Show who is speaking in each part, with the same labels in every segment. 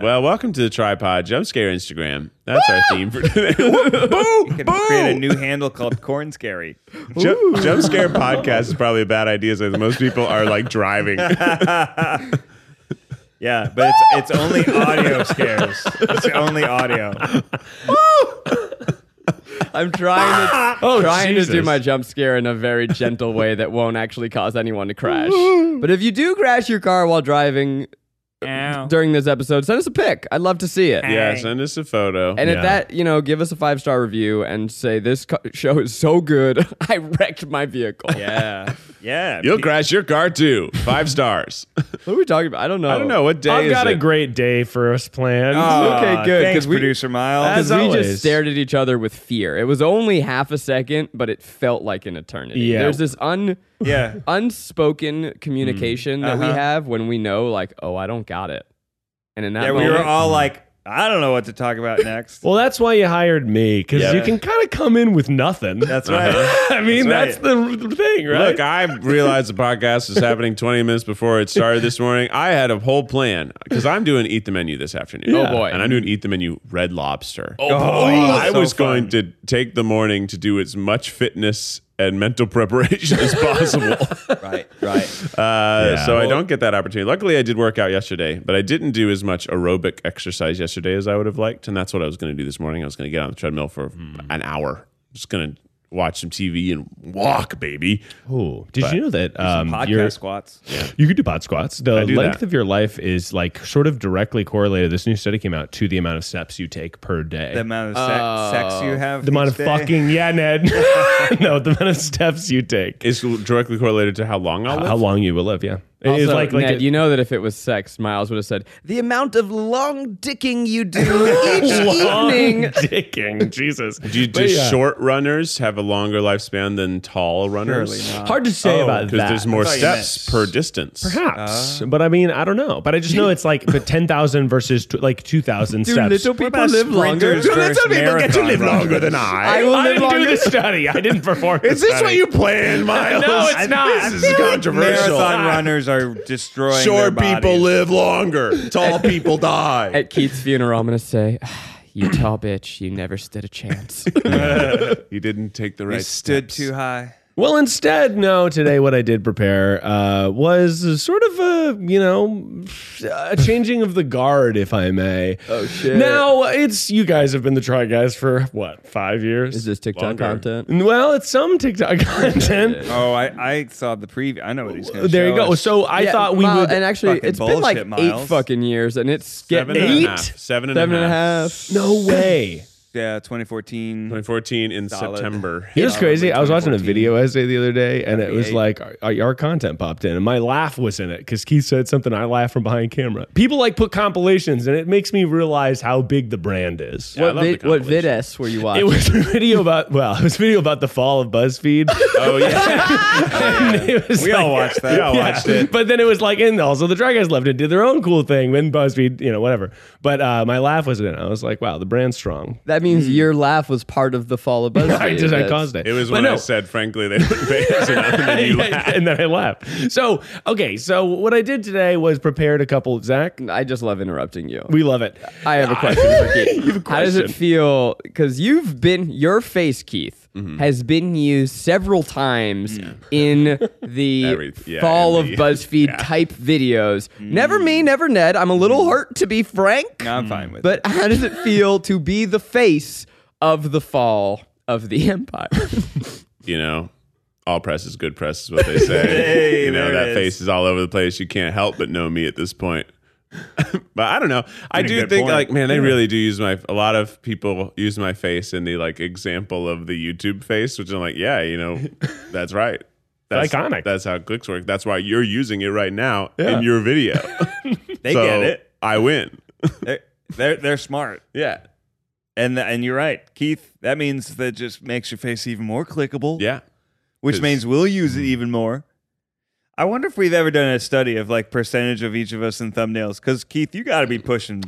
Speaker 1: Well, welcome to the Tripod Jump Scare Instagram. That's our theme for today.
Speaker 2: You could create a new handle called Corn Scary.
Speaker 1: Ju- Jump Scare Podcast is probably a bad idea since most people are like driving.
Speaker 2: Yeah, but it's it's only audio scares. It's only audio.
Speaker 3: I'm trying to trying to do
Speaker 1: Oh, Jesus.
Speaker 3: my jump scare in a very gentle way that won't actually cause anyone to crash. but if you do crash your car while driving during this episode, send us a pic. I'd love to see it.
Speaker 1: yeah, send us a photo.
Speaker 3: And
Speaker 1: Yeah.
Speaker 3: if that, you know, give us a five star review and say this co- show is so good, I wrecked my vehicle.
Speaker 2: Yeah, yeah.
Speaker 1: You'll crash your car too. Five stars.
Speaker 3: What are we talking about? I don't know.
Speaker 1: I don't know what day
Speaker 4: I've
Speaker 1: is
Speaker 4: got
Speaker 1: it? Oh.
Speaker 4: a great day for us planned.
Speaker 3: okay, good,
Speaker 2: Ah, Thanks,
Speaker 3: 'cause we-
Speaker 2: producer Miles.
Speaker 3: Because
Speaker 4: As
Speaker 3: we
Speaker 4: always.
Speaker 3: just stared at each other with fear. It was only half a second, but it felt like an eternity.
Speaker 4: Yeah.
Speaker 3: There's this un
Speaker 2: yeah,
Speaker 3: unspoken communication that we have when we know, like, oh, I don't got it. And in that
Speaker 2: yeah. We
Speaker 3: moment,
Speaker 2: were all like, I don't know what to talk about next.
Speaker 4: Well, that's why you hired me because
Speaker 1: Yeah.
Speaker 4: you can kind of come in with nothing.
Speaker 2: That's right.
Speaker 4: I mean, that's,
Speaker 2: That's
Speaker 4: the thing, right?
Speaker 1: Look, I realized the podcast is happening 20 minutes before it started this morning. I had a whole plan because I'm doing Eat the Menu this afternoon.
Speaker 3: Oh, boy.
Speaker 1: And I'm doing Eat the Menu Red Lobster. Oh, I
Speaker 2: that's so
Speaker 1: was going
Speaker 2: fun.
Speaker 1: to take the morning to do as much fitness and mental preparation as possible.
Speaker 2: right, right.
Speaker 1: Uh, So I don't get that opportunity. Luckily, I did work out yesterday, but I didn't do as much aerobic exercise yesterday as I would have liked, and that's what I was going to do this morning. I was going to get on the treadmill for
Speaker 2: Hmm.
Speaker 1: an hour, just going to watch some TV and walk, baby.
Speaker 4: Ooh, did you know that um, your-
Speaker 2: Podcast squats.
Speaker 4: you could do pod squats? The
Speaker 1: do
Speaker 4: length
Speaker 1: that.
Speaker 4: of your life is like sort of directly correlated. This new study came out to the amount of steps you take per day.
Speaker 2: The amount of se- sex you have.
Speaker 4: Oh. The amount
Speaker 2: each
Speaker 4: of
Speaker 2: day.
Speaker 4: fucking yeah, Ned. no, the amount of steps you take,
Speaker 1: It's directly correlated to how long I'll live.
Speaker 4: how long you will live. Yeah,
Speaker 3: Also,
Speaker 4: it's like like
Speaker 3: Ned,
Speaker 4: a-
Speaker 3: you know that if it was sex, Miles would have said, the amount of long dicking you do each
Speaker 4: long
Speaker 3: evening.
Speaker 4: dicking. Jesus,
Speaker 1: do you, do
Speaker 4: But yeah.
Speaker 1: short runners have a longer lifespan than tall runners?
Speaker 2: Surely not.
Speaker 4: Hard to say about
Speaker 1: because
Speaker 4: that.
Speaker 1: Oh, there's more
Speaker 2: I thought you meant-
Speaker 1: steps per distance.
Speaker 3: Uh.
Speaker 4: Perhaps, but I mean, I don't know. But I just know it's like but ten thousand versus t- like two thousand
Speaker 3: Do
Speaker 4: steps.
Speaker 3: little people live longer?
Speaker 2: sprinters? Do little people get to live longer than
Speaker 3: I will
Speaker 4: I
Speaker 3: live
Speaker 4: didn't
Speaker 3: longer.
Speaker 4: do the study. I didn't perform.
Speaker 1: Is this what you planned, Miles?
Speaker 4: No, it's not.
Speaker 1: This is controversial.
Speaker 2: Marathon runners are destroying.
Speaker 1: Short
Speaker 2: their
Speaker 1: people
Speaker 2: bodies.
Speaker 1: live longer. Tall people die.
Speaker 3: At Keith's funeral, I'm going to say, "Ah, you tall bitch, you never stood a chance.
Speaker 1: He didn't take the right
Speaker 2: They stood
Speaker 1: steps.
Speaker 2: too high.
Speaker 4: Well, instead, no. Today, what I did prepare uh, was sort of a you know a changing of the guard, if I may. Oh
Speaker 3: shit.
Speaker 4: Now it's you guys have been the try guys for what five years?
Speaker 3: Is this TikTok
Speaker 1: Longer.
Speaker 3: content?
Speaker 4: well, it's some TikTok content.
Speaker 2: Oh, I, I saw the preview. I know what he's going to
Speaker 4: There you go. So uh, I
Speaker 3: Yeah,
Speaker 4: thought we
Speaker 3: Miles-
Speaker 4: would.
Speaker 3: And actually,
Speaker 2: Fucking
Speaker 3: it's been like
Speaker 2: bullshit,
Speaker 3: eight
Speaker 2: Miles.
Speaker 3: fucking years, and it's
Speaker 1: Seven
Speaker 3: getting
Speaker 1: and a
Speaker 3: eight?
Speaker 1: half. Seven and a
Speaker 3: Seven and a
Speaker 1: half.
Speaker 3: half.
Speaker 4: no way.
Speaker 2: yeah, 2014.
Speaker 1: 2014 in
Speaker 2: Solid.
Speaker 1: September.
Speaker 4: It was crazy. I was watching a
Speaker 2: 2014.
Speaker 4: video essay the other day, and it was
Speaker 2: 98.
Speaker 4: like our, our content popped in, and my laugh was in it because Keith said something. I laugh from behind camera. People like put compilations, and it makes me realize how big the brand is.
Speaker 1: Yeah, I
Speaker 3: What,
Speaker 1: love
Speaker 3: vid-
Speaker 1: the
Speaker 3: what
Speaker 1: compilation.
Speaker 3: vid-s were you watching?
Speaker 4: It was a video about well, it was a video about the fall of BuzzFeed.
Speaker 1: Oh yeah,
Speaker 4: It was
Speaker 2: We all watched that.
Speaker 1: We all watched it.
Speaker 4: But then it was like, and also the Dry Guys loved it, did their own cool thing, then BuzzFeed, you know, whatever. But uh, my laugh was in it. I was like, wow, the brand's strong.
Speaker 3: That means your laugh was part of the fall of BuzzFeed.
Speaker 4: I just I
Speaker 3: That's-
Speaker 4: caused it.
Speaker 1: It was
Speaker 4: But
Speaker 1: when I
Speaker 4: no.
Speaker 1: said, frankly, they wouldn't pay us enough, and then you laughed.
Speaker 4: and then I laughed. So okay, so what I did today was prepared a couple. Zach,
Speaker 3: I just love interrupting you.
Speaker 4: we love it.
Speaker 3: I have a question for Keith. How does it feel? Because you've been your face, Keith, has been used several times in the
Speaker 1: Every- yeah,
Speaker 3: fall of
Speaker 1: in the-
Speaker 3: BuzzFeed type videos. Never me, never Ned. I'm a little hurt to be frank,
Speaker 2: No, I'm fine with it.
Speaker 3: but how does it feel to be the face of the fall of the empire?
Speaker 1: You know, all press is good press, is what they say.
Speaker 2: Hey,
Speaker 1: you know
Speaker 2: there
Speaker 1: that
Speaker 2: it is.
Speaker 1: face is all over the place. You can't help but know me at this point. but I don't know. I
Speaker 2: That's a
Speaker 1: do
Speaker 2: good
Speaker 1: think
Speaker 2: point.
Speaker 1: like man, they really do use my. A lot of people use my face in the like example of the YouTube face, which I'm like, yeah, you know, that's right. That's
Speaker 4: Iconic.
Speaker 1: That's how clicks work. That's why you're using it right now
Speaker 4: Yeah.
Speaker 1: in your video.
Speaker 2: They
Speaker 1: So,
Speaker 2: get it.
Speaker 1: I win.
Speaker 2: They're, they're they're smart.
Speaker 1: Yeah.
Speaker 2: And and you're right, Keith. That means that just makes your face even more clickable.
Speaker 1: Yeah.
Speaker 2: which
Speaker 1: 'Cause- Mm-hmm.
Speaker 2: means we'll use it even more. I wonder if we've ever done a study of like percentage of each of us in thumbnails. Because Keith, you got to be pushing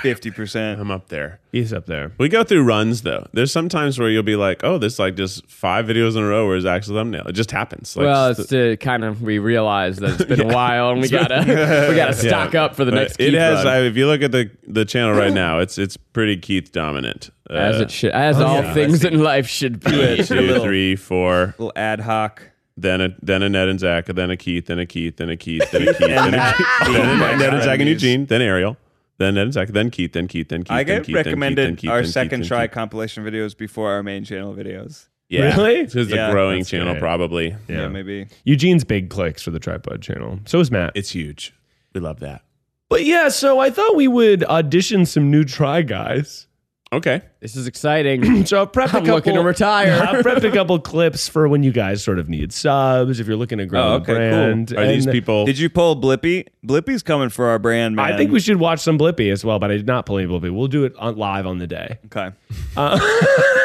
Speaker 2: fifty percent.
Speaker 1: I'm up there.
Speaker 4: He's up there.
Speaker 1: We go through runs though. There's some times where you'll be like, oh, this like just five videos in a row where it's actual thumbnail. It just happens. Like,
Speaker 3: well,
Speaker 1: just-
Speaker 3: it's to kind of we realize that it's been a while and we gotta we gotta stock
Speaker 1: Yeah.
Speaker 3: up for the
Speaker 1: But
Speaker 3: next.
Speaker 1: It
Speaker 3: Keith
Speaker 1: has.
Speaker 3: run.
Speaker 1: I, if you look at the the channel right now, it's it's pretty Keith dominant. Uh,
Speaker 3: as it should, as all
Speaker 2: yeah.
Speaker 3: things in life should be.
Speaker 1: two, three, four,
Speaker 2: Little ad hoc.
Speaker 1: then a then a Ned and Zach, then a Keith, then a Keith, then a Keith, then a Keith, then a Keith, then a Ned and Zach and Eugene, then Ariel, then Ned and Zach, then Keith, then Keith, then Keith.
Speaker 2: I
Speaker 1: then
Speaker 2: get
Speaker 1: Keith, then Keith, then
Speaker 2: recommended
Speaker 1: Keith,
Speaker 2: our
Speaker 1: then Keith,
Speaker 2: second
Speaker 1: then
Speaker 2: try
Speaker 1: Keith.
Speaker 2: compilation videos before our main channel videos.
Speaker 1: Yeah,
Speaker 4: Really?
Speaker 1: It's 'cause
Speaker 2: Yeah,
Speaker 1: a growing
Speaker 4: that's
Speaker 1: channel,
Speaker 4: great.
Speaker 1: probably.
Speaker 2: Yeah, maybe.
Speaker 4: Eugene's big clicks for the tripod channel. So is Matt.
Speaker 1: It's huge. We love that.
Speaker 4: But yeah, so I thought we would audition some new try guys.
Speaker 1: Okay.
Speaker 3: This is exciting.
Speaker 4: So I've prepped a
Speaker 3: I'm
Speaker 4: couple,
Speaker 3: looking to retire.
Speaker 4: I've prepped a couple clips for when you guys sort of need subs, if you're looking to grow
Speaker 2: Oh,
Speaker 4: a
Speaker 2: okay, cool.
Speaker 4: brand.
Speaker 1: Are these
Speaker 4: And
Speaker 1: people?
Speaker 2: Did you pull Blippy? Blippy's coming for our brand, man.
Speaker 4: I think we should watch some Blippy as well, but I did not pull any Blippy. We'll do it on, live on the day.
Speaker 2: Okay.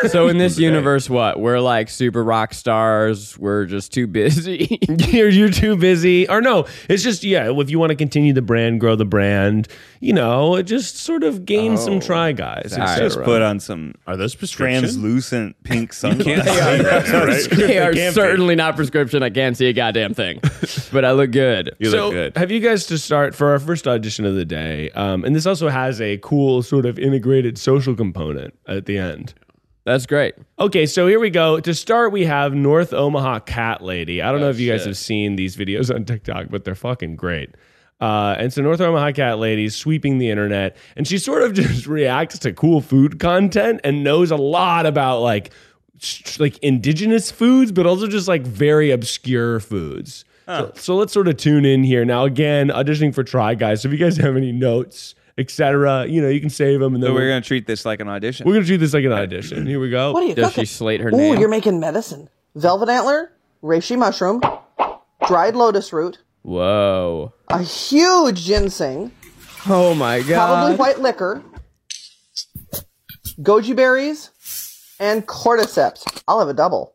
Speaker 3: so in this universe, what we're like super rock stars. We're just too busy.
Speaker 4: you're, you're too busy or no it's just yeah if you want to continue the brand grow the brand you know just sort of gain some try guys
Speaker 3: All right.
Speaker 2: Oh,
Speaker 4: etc.
Speaker 2: Just put on some
Speaker 1: Are those prescription?
Speaker 2: translucent pink sunglasses.
Speaker 3: they are certainly not prescription. I can't see a goddamn thing, but I look good.
Speaker 1: You
Speaker 4: so
Speaker 1: look good.
Speaker 4: have you guys to start for our first audition of the day um, and this also has a cool sort of integrated social component at the end
Speaker 3: That's great.
Speaker 4: Okay, so here we go. To start, we have North Omaha Cat Lady. I don't know if you guys have seen these videos on TikTok, but they're fucking great. Uh, and so North Omaha Cat Lady is sweeping the internet, and she sort of just reacts to cool food content and knows a lot about like sh- like indigenous foods, but also just like very obscure foods. So, so let's sort of tune in here now. Again, auditioning for Try Guys. So if you guys have any notes, etc., you know you can save them, and then
Speaker 2: So
Speaker 4: we're
Speaker 2: we're
Speaker 4: gonna,
Speaker 2: gonna treat this like an audition.
Speaker 4: we're gonna do this like an audition. Here we go.
Speaker 5: What are you
Speaker 3: Does
Speaker 5: cooking?
Speaker 3: she slate her
Speaker 5: Ooh,
Speaker 3: name?
Speaker 5: you're making medicine. Velvet antler, reishi mushroom, dried lotus root,
Speaker 3: Whoa.
Speaker 5: a huge ginseng,
Speaker 3: Oh my
Speaker 5: probably
Speaker 3: god.
Speaker 5: white liquor, goji berries, and cordyceps. I'll have a double.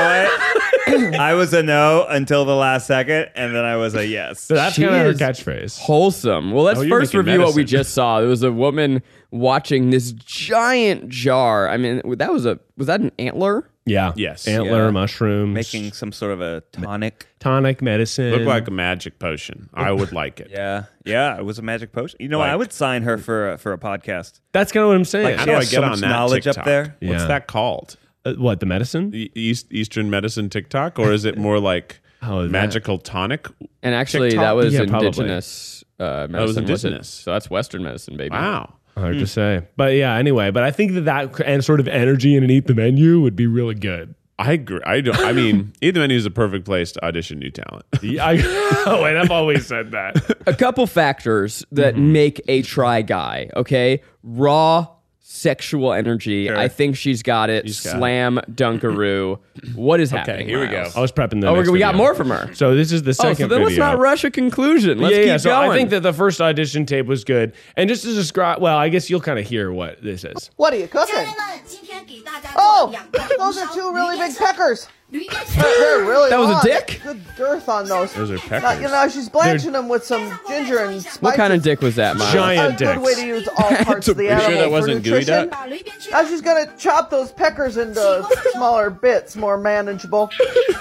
Speaker 2: I was a no until the last second, and then I was a yes.
Speaker 4: So that's
Speaker 3: She
Speaker 4: kind of her
Speaker 3: is-
Speaker 4: catchphrase.
Speaker 3: Wholesome. Well, let's
Speaker 4: Oh, you're
Speaker 3: first
Speaker 4: making
Speaker 3: review what we
Speaker 4: medicine.
Speaker 3: just saw. There was a woman watching this giant jar. I mean, that was a was that an antler?
Speaker 4: Yeah.
Speaker 1: Yes.
Speaker 4: Antler,
Speaker 3: Yeah.
Speaker 4: mushrooms,
Speaker 2: Making some sort of a tonic.
Speaker 4: tonic medicine.
Speaker 1: Look like a magic potion. I would like it.
Speaker 2: Yeah, yeah, it was a magic potion. You know, I
Speaker 1: Like-
Speaker 2: would sign her for a, for a podcast.
Speaker 4: that's kind of what I'm saying.
Speaker 1: How
Speaker 2: she
Speaker 1: do I
Speaker 2: has
Speaker 1: get
Speaker 2: so
Speaker 1: on
Speaker 2: much
Speaker 1: that
Speaker 2: knowledge up
Speaker 1: TikTok?
Speaker 2: there.
Speaker 4: Yeah.
Speaker 1: What's that called?
Speaker 4: Uh, what the medicine?
Speaker 1: E- East Eastern medicine TikTok, or is it more like
Speaker 4: How is that?
Speaker 1: magical tonic?
Speaker 3: And actually,
Speaker 1: TikTok?
Speaker 3: that was
Speaker 4: Yeah, probably.
Speaker 3: indigenous. Uh, medicine, was
Speaker 1: indigenous.
Speaker 3: it? So that's Western medicine, baby.
Speaker 1: Wow.
Speaker 4: Hard
Speaker 3: Mm.
Speaker 4: to say. But yeah, anyway. But I think that that c- and sort of energy in an eat the menu would be really good.
Speaker 1: I agree. I don't. I mean, either menu is a perfect place to audition new talent.
Speaker 4: Yeah, I, oh, and I've always said that.
Speaker 3: a couple factors that make a try guy okay raw sexual energy i think she's got it slam dunkaroo what is happening
Speaker 1: here we go.
Speaker 3: Miles?
Speaker 4: I was prepping the.
Speaker 3: oh
Speaker 4: next
Speaker 3: we got
Speaker 4: video.
Speaker 3: more from her
Speaker 4: So this is the second.
Speaker 3: oh so then let's
Speaker 4: video.
Speaker 3: not rush a conclusion let's keep
Speaker 4: So
Speaker 3: going
Speaker 4: I think that the first audition tape was good, and just to describe, well, I guess you'll kind of hear what this is.
Speaker 5: What are you
Speaker 6: 下
Speaker 5: cooking?
Speaker 6: 面呢，今天给大家
Speaker 5: Oh,
Speaker 6: 两个
Speaker 5: those are two really big
Speaker 6: 驴
Speaker 5: peckers.
Speaker 6: 鞭笞
Speaker 5: They're really
Speaker 3: That was a
Speaker 5: long.
Speaker 3: dick?
Speaker 5: Good girth on those.
Speaker 1: Those are
Speaker 5: Now, you
Speaker 1: peckers.
Speaker 5: know, she's blanching them with some ginger and spices.
Speaker 3: what kind of dick was that Miles?
Speaker 4: Giant-
Speaker 5: A good
Speaker 4: dicks?
Speaker 5: way to use all parts of the
Speaker 1: sure
Speaker 5: animal
Speaker 1: that
Speaker 5: for
Speaker 1: wasn't gooey
Speaker 5: nutrition.
Speaker 1: duck?
Speaker 6: 把驴鞭笞
Speaker 5: Now she's gonna chop those peckers into smaller bits, more manageable.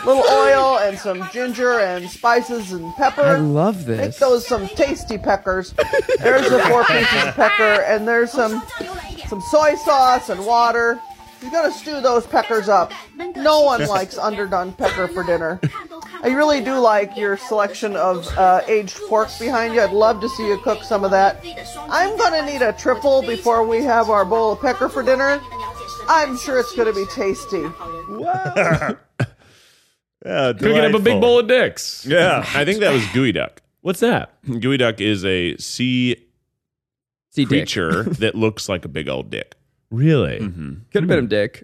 Speaker 5: Little oil and some ginger and spices and pepper.
Speaker 3: i love
Speaker 5: Make
Speaker 3: this
Speaker 5: those some tasty peckers. There's the four pieces of pecker, and there's
Speaker 6: 稍
Speaker 5: some
Speaker 6: 稍浏览一点。
Speaker 5: some soy sauce and water. She's gonna stew those peckers up. No one likes underdone pecker for dinner.
Speaker 6: 看都看不
Speaker 5: I really do like your selection of uh, aged pork behind you. I'd love to see you cook some of that. I'm gonna need a triple before we have our bowl of pecker for dinner. I'm sure it's gonna be tasty.
Speaker 2: Yeah,
Speaker 5: Oh,
Speaker 4: Cooking up a big bowl of dicks.
Speaker 2: Yeah,
Speaker 1: I think that was Gooey Duck.
Speaker 4: What's that?
Speaker 1: Gooey duck is a sea
Speaker 3: See,
Speaker 1: creature that looks like a big old dick.
Speaker 4: Really?
Speaker 3: Could have been a dick.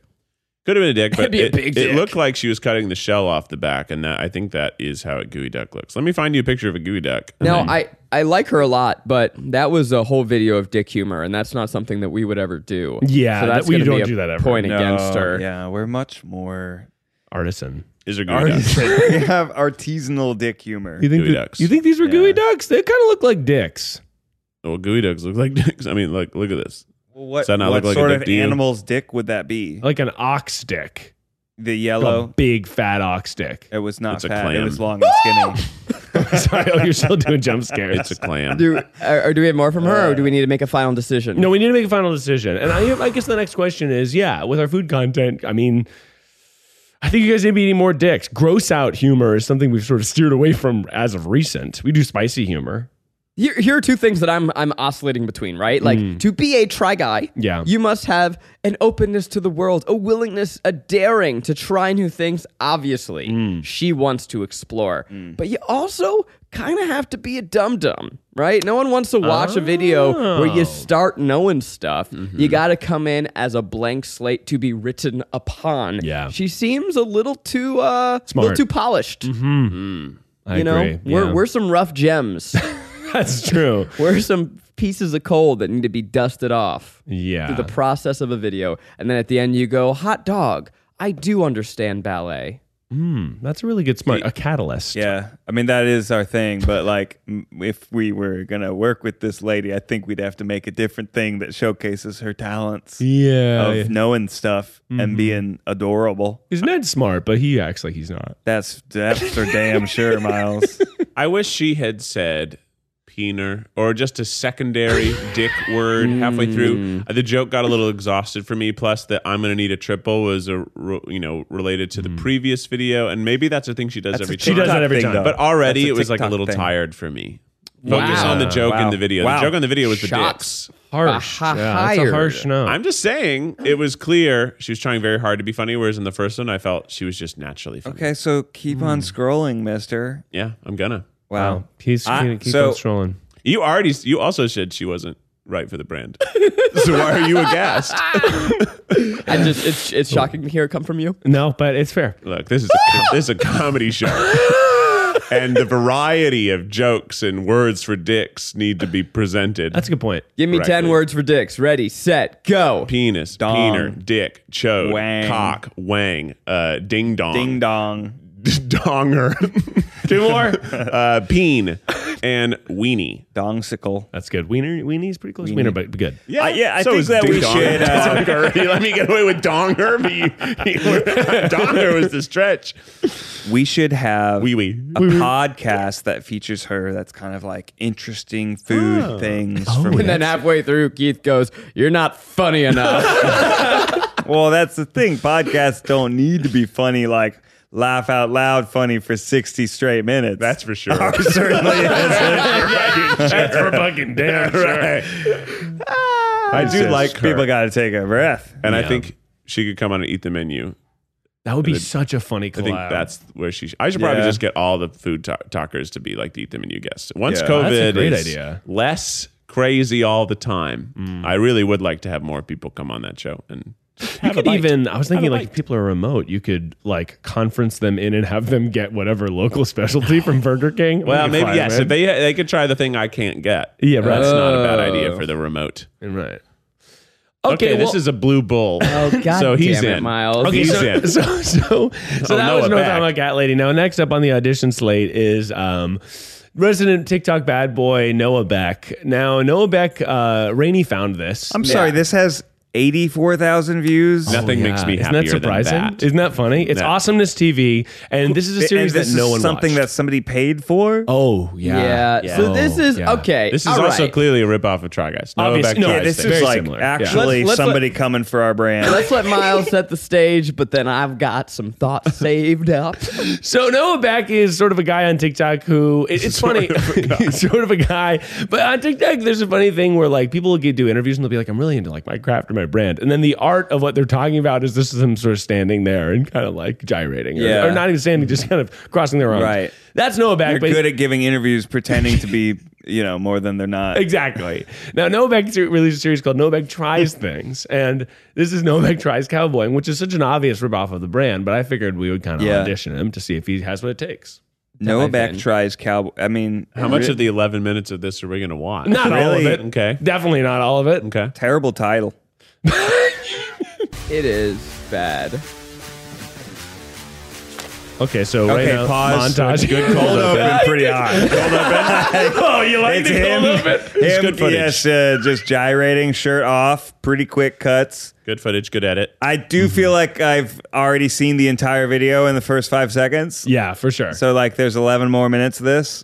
Speaker 1: Could have been a dick,
Speaker 3: It'd
Speaker 1: but
Speaker 3: be a
Speaker 1: it,
Speaker 3: big
Speaker 1: it
Speaker 3: dick.
Speaker 1: looked like she was cutting the shell off the back, and that, I think that is how a gooey duck looks. Let me find you a picture of a gooey duck.
Speaker 3: Now I I like her a lot, but that was a whole video of dick humor, and that's not something that we would ever do.
Speaker 4: Yeah,
Speaker 3: so that's
Speaker 4: that- we
Speaker 3: gonna be
Speaker 4: don't
Speaker 3: a
Speaker 4: do that ever.
Speaker 3: Point
Speaker 2: No,
Speaker 3: against her.
Speaker 2: Yeah, we're much more.
Speaker 4: Artisan.
Speaker 1: Is there gooey duck?
Speaker 2: we have artisanal dick humor.
Speaker 4: You think
Speaker 1: Gooey
Speaker 4: th-
Speaker 1: ducks.
Speaker 4: You think these were gooey ducks? They kind of look like dicks.
Speaker 1: Well, gooey ducks look like dicks. I mean, look, look at this.
Speaker 2: Well, what
Speaker 1: Does that not
Speaker 2: what
Speaker 1: look like a
Speaker 2: sort
Speaker 1: dick
Speaker 2: of
Speaker 1: to you?
Speaker 2: animal's dick would that be?
Speaker 4: Like an ox dick.
Speaker 2: The
Speaker 4: A
Speaker 2: yellow.
Speaker 4: big fat ox dick.
Speaker 2: It was not
Speaker 1: It's a
Speaker 2: fat. It
Speaker 1: clam.
Speaker 2: was long and skinny.
Speaker 4: Sorry, oh, you're still doing jump scares.
Speaker 1: It's a clam.
Speaker 3: Do or, or do we have more from her, or do we need to make a final decision?
Speaker 4: Uh, No, we need to make a final decision. And I, I guess the next question is, yeah, with our food content, I mean, I think you guys need to be eating more dicks. Gross out humor is something we've sort of steered away from as of recent. We do spicy humor.
Speaker 3: Here, here are two things that I'm I'm oscillating between, right? Like to be a try guy,
Speaker 4: Mm. Yeah.
Speaker 3: you must have an openness to the world, a willingness, a daring to try new things. Obviously,
Speaker 4: Mm.
Speaker 3: she wants to explore, but you also kind of have to be a dum dum, right? No one wants to watch a video where you
Speaker 4: Oh.
Speaker 3: start knowing stuff.
Speaker 4: Mm-hmm.
Speaker 3: You got to come in as a blank slate to be written upon.
Speaker 4: Yeah.
Speaker 3: she seems a little too uh, a
Speaker 4: Smart. Mm-hmm.
Speaker 3: little too polished.
Speaker 4: I
Speaker 3: You know,
Speaker 4: agree.
Speaker 3: we're
Speaker 4: Yeah.
Speaker 3: we're some rough gems.
Speaker 4: that's true.
Speaker 3: Where are some pieces of coal that need to be dusted off
Speaker 4: Yeah.
Speaker 3: through the process of a video? And then at the end, you go, hot dog, I do understand ballet.
Speaker 4: That's a really good smart. A catalyst.
Speaker 2: yeah, I mean that is our thing. But like, m- if we were gonna work with this lady, I think we'd have to make a different thing that showcases her talents
Speaker 4: Yeah. Mm-hmm.
Speaker 2: of knowing stuff and being adorable.
Speaker 4: Is Ned smart, but he acts like he's not.
Speaker 2: That's that's for damn sure, Miles.
Speaker 1: I wish she had said peener or just a secondary dick word halfway through. Uh, The joke got a little exhausted for me. Plus, that I'm gonna need a triple was a re- you know related to the previous video, and maybe that's a thing Mm. she does
Speaker 2: That's
Speaker 1: every
Speaker 2: a
Speaker 1: time.
Speaker 4: She does that every
Speaker 2: thing,
Speaker 4: time.
Speaker 2: though.
Speaker 1: But already
Speaker 2: That's a
Speaker 1: it was like a
Speaker 2: TikTok
Speaker 1: little
Speaker 2: thing.
Speaker 1: tired for me. Focus
Speaker 3: Wow.
Speaker 1: on the joke in
Speaker 2: Wow.
Speaker 1: the video.
Speaker 2: Wow.
Speaker 1: The joke on the video was the
Speaker 3: Shots.
Speaker 1: dicks.
Speaker 4: Harsh.
Speaker 3: A hi-
Speaker 4: yeah, that's a
Speaker 3: hired.
Speaker 4: harsh no.
Speaker 1: I'm just saying it was clear she was trying very hard to be funny, whereas in the first one I felt she was just naturally funny.
Speaker 2: Okay, so keep
Speaker 4: Hmm.
Speaker 2: on scrolling, Mister.
Speaker 1: Yeah, I'm gonna.
Speaker 2: Wow.
Speaker 4: He's
Speaker 2: I-
Speaker 4: gonna keep
Speaker 2: so-
Speaker 4: on strolling.
Speaker 1: You already you also said she wasn't right for the brand. so why are you aghast?
Speaker 3: And just, it's, it's shocking to hear it come from you.
Speaker 4: No, but it's fair.
Speaker 1: Look, this is a, this is a comedy show. And the variety of jokes and words for dicks need to be presented.
Speaker 4: That's a good point.
Speaker 3: Give me 10
Speaker 1: Correctly.
Speaker 3: words for dicks. Ready, set, go.
Speaker 1: penis,
Speaker 2: Dong.
Speaker 1: peener, dick, chode,
Speaker 2: Wang.
Speaker 1: cock, wang, uh, ding dong,
Speaker 2: Ding dong,
Speaker 1: donger, two more, uh, peen, and weenie.
Speaker 2: dongsicle.
Speaker 4: That's good. Wiener, weenie's pretty close. Wiener, but good.
Speaker 1: Yeah,
Speaker 2: yeah, I think that we should, uh,
Speaker 1: Let me get away with donger. But you, you donger was the stretch.
Speaker 2: We should have
Speaker 1: Wee wee.
Speaker 2: a podcast that features her. That's kind of like interesting food things. from
Speaker 3: Oh. And then halfway through, Keith goes, You're not funny enough.
Speaker 2: Well, that's the thing. Podcasts don't need to be funny, like laugh out loud funny for 60 straight minutes.
Speaker 1: That's for sure.
Speaker 2: certainly
Speaker 4: That's for fucking damn sure.
Speaker 1: I do like her.
Speaker 2: People got to take a breath.
Speaker 1: and I think she could come on and eat the menu.
Speaker 4: That would be such a funny
Speaker 1: I
Speaker 4: collab.
Speaker 1: think that's where she. Sh- I should probably
Speaker 2: Yeah.
Speaker 1: just get all the food ta- talkers to be like the eat the menu guests. Once
Speaker 2: Yeah.
Speaker 1: COVID
Speaker 4: That's a great
Speaker 1: is
Speaker 4: idea.
Speaker 1: less crazy all the time, I really would like to have more people come on that show. And
Speaker 4: You could even. I was thinking, like, if people are remote. You could like conference them in and have them get whatever local specialty from Burger King.
Speaker 1: well,
Speaker 4: We could
Speaker 1: maybe
Speaker 4: fly
Speaker 1: yes.
Speaker 4: them
Speaker 1: If they they could try the thing I can't get.
Speaker 4: Yeah, right.
Speaker 1: That's not a bad
Speaker 3: Oh.
Speaker 1: idea for the remote.
Speaker 4: in. right.
Speaker 1: Okay,
Speaker 3: well-
Speaker 1: this is a blue bull. Oh
Speaker 3: God
Speaker 1: so he's
Speaker 3: damn it,
Speaker 1: in.
Speaker 3: Miles.
Speaker 1: He's
Speaker 4: so,
Speaker 1: in.
Speaker 4: so so so that
Speaker 1: Noah
Speaker 4: was no
Speaker 1: back.
Speaker 4: time cat lady. Now next up on the audition slate is um resident TikTok bad boy Noah Beck. Now Noah Beck, uh, Rainey found this.
Speaker 2: I'm sorry, this has 84,000 views.
Speaker 1: Nothing
Speaker 4: Oh, Yeah.
Speaker 1: makes me
Speaker 4: Isn't
Speaker 1: happier
Speaker 4: that surprising?
Speaker 1: than that.
Speaker 4: Isn't that funny? It's
Speaker 1: No.
Speaker 4: awesomeness TV, and this is a
Speaker 2: And
Speaker 4: series
Speaker 2: this
Speaker 4: that no
Speaker 2: is
Speaker 4: one
Speaker 2: something
Speaker 4: watched.
Speaker 2: that somebody paid for.
Speaker 4: oh yeah,
Speaker 3: yeah. So
Speaker 4: Oh,
Speaker 3: this is,
Speaker 4: yeah.
Speaker 3: okay.
Speaker 1: This is
Speaker 3: all
Speaker 1: also
Speaker 3: right.
Speaker 1: clearly a ripoff of Try Guys. No,
Speaker 4: Obvious-
Speaker 1: back
Speaker 4: no,
Speaker 1: Try
Speaker 4: yeah,
Speaker 1: Guys
Speaker 2: this
Speaker 1: thing.
Speaker 2: is
Speaker 4: very
Speaker 2: like
Speaker 4: similar. Yeah.
Speaker 2: actually
Speaker 3: Let's- let's
Speaker 2: somebody coming for our brand.
Speaker 3: Let's let Miles set the stage, but then I've got some thoughts saved up.
Speaker 4: So Noah Beck is sort of a guy on TikTok who it- it's funny, He's sort of a guy. But on TikTok, there's a funny thing where like people will get do interviews and they'll be like, "I'm really into like Minecraft or my right brand. And then the art of what they're talking about is this is them sort of standing there and kind of like gyrating, or,
Speaker 2: Yeah.
Speaker 4: or not even standing, just kind of crossing their arms.
Speaker 2: Right.
Speaker 4: That's Noah
Speaker 2: They're
Speaker 4: Beck. but-
Speaker 2: good at giving interviews pretending to be, you know, more than they're not.
Speaker 4: Exactly. Now, Novak se- released a series called Novak Tries Things, and this is Novak Tries Cowboying, which is such an obvious ripoff of the brand, but I figured we would kind of
Speaker 2: Yeah.
Speaker 4: audition him to see if he has what it takes.
Speaker 2: Novak tries cowboy. I mean,
Speaker 1: How much of the 11 minutes of this are we going to watch?
Speaker 4: Not all of
Speaker 2: Really?
Speaker 4: it.
Speaker 1: Okay.
Speaker 4: Definitely not all of it.
Speaker 1: Okay.
Speaker 2: terrible title?
Speaker 3: It is bad.
Speaker 4: Okay, so right
Speaker 2: Okay,
Speaker 4: now,
Speaker 2: pause.
Speaker 4: montage. Good
Speaker 2: Cold open, pretty hot.
Speaker 4: oh, you like
Speaker 2: It's
Speaker 4: the
Speaker 2: him.
Speaker 4: cold open?
Speaker 2: him
Speaker 1: good footage.
Speaker 2: Yes, uh, just gyrating, shirt off, pretty quick cuts.
Speaker 1: Good footage, good edit.
Speaker 2: I do feel like I've already seen the entire video in the first five seconds.
Speaker 4: Yeah, for sure.
Speaker 2: So like, there's 11 more minutes of this.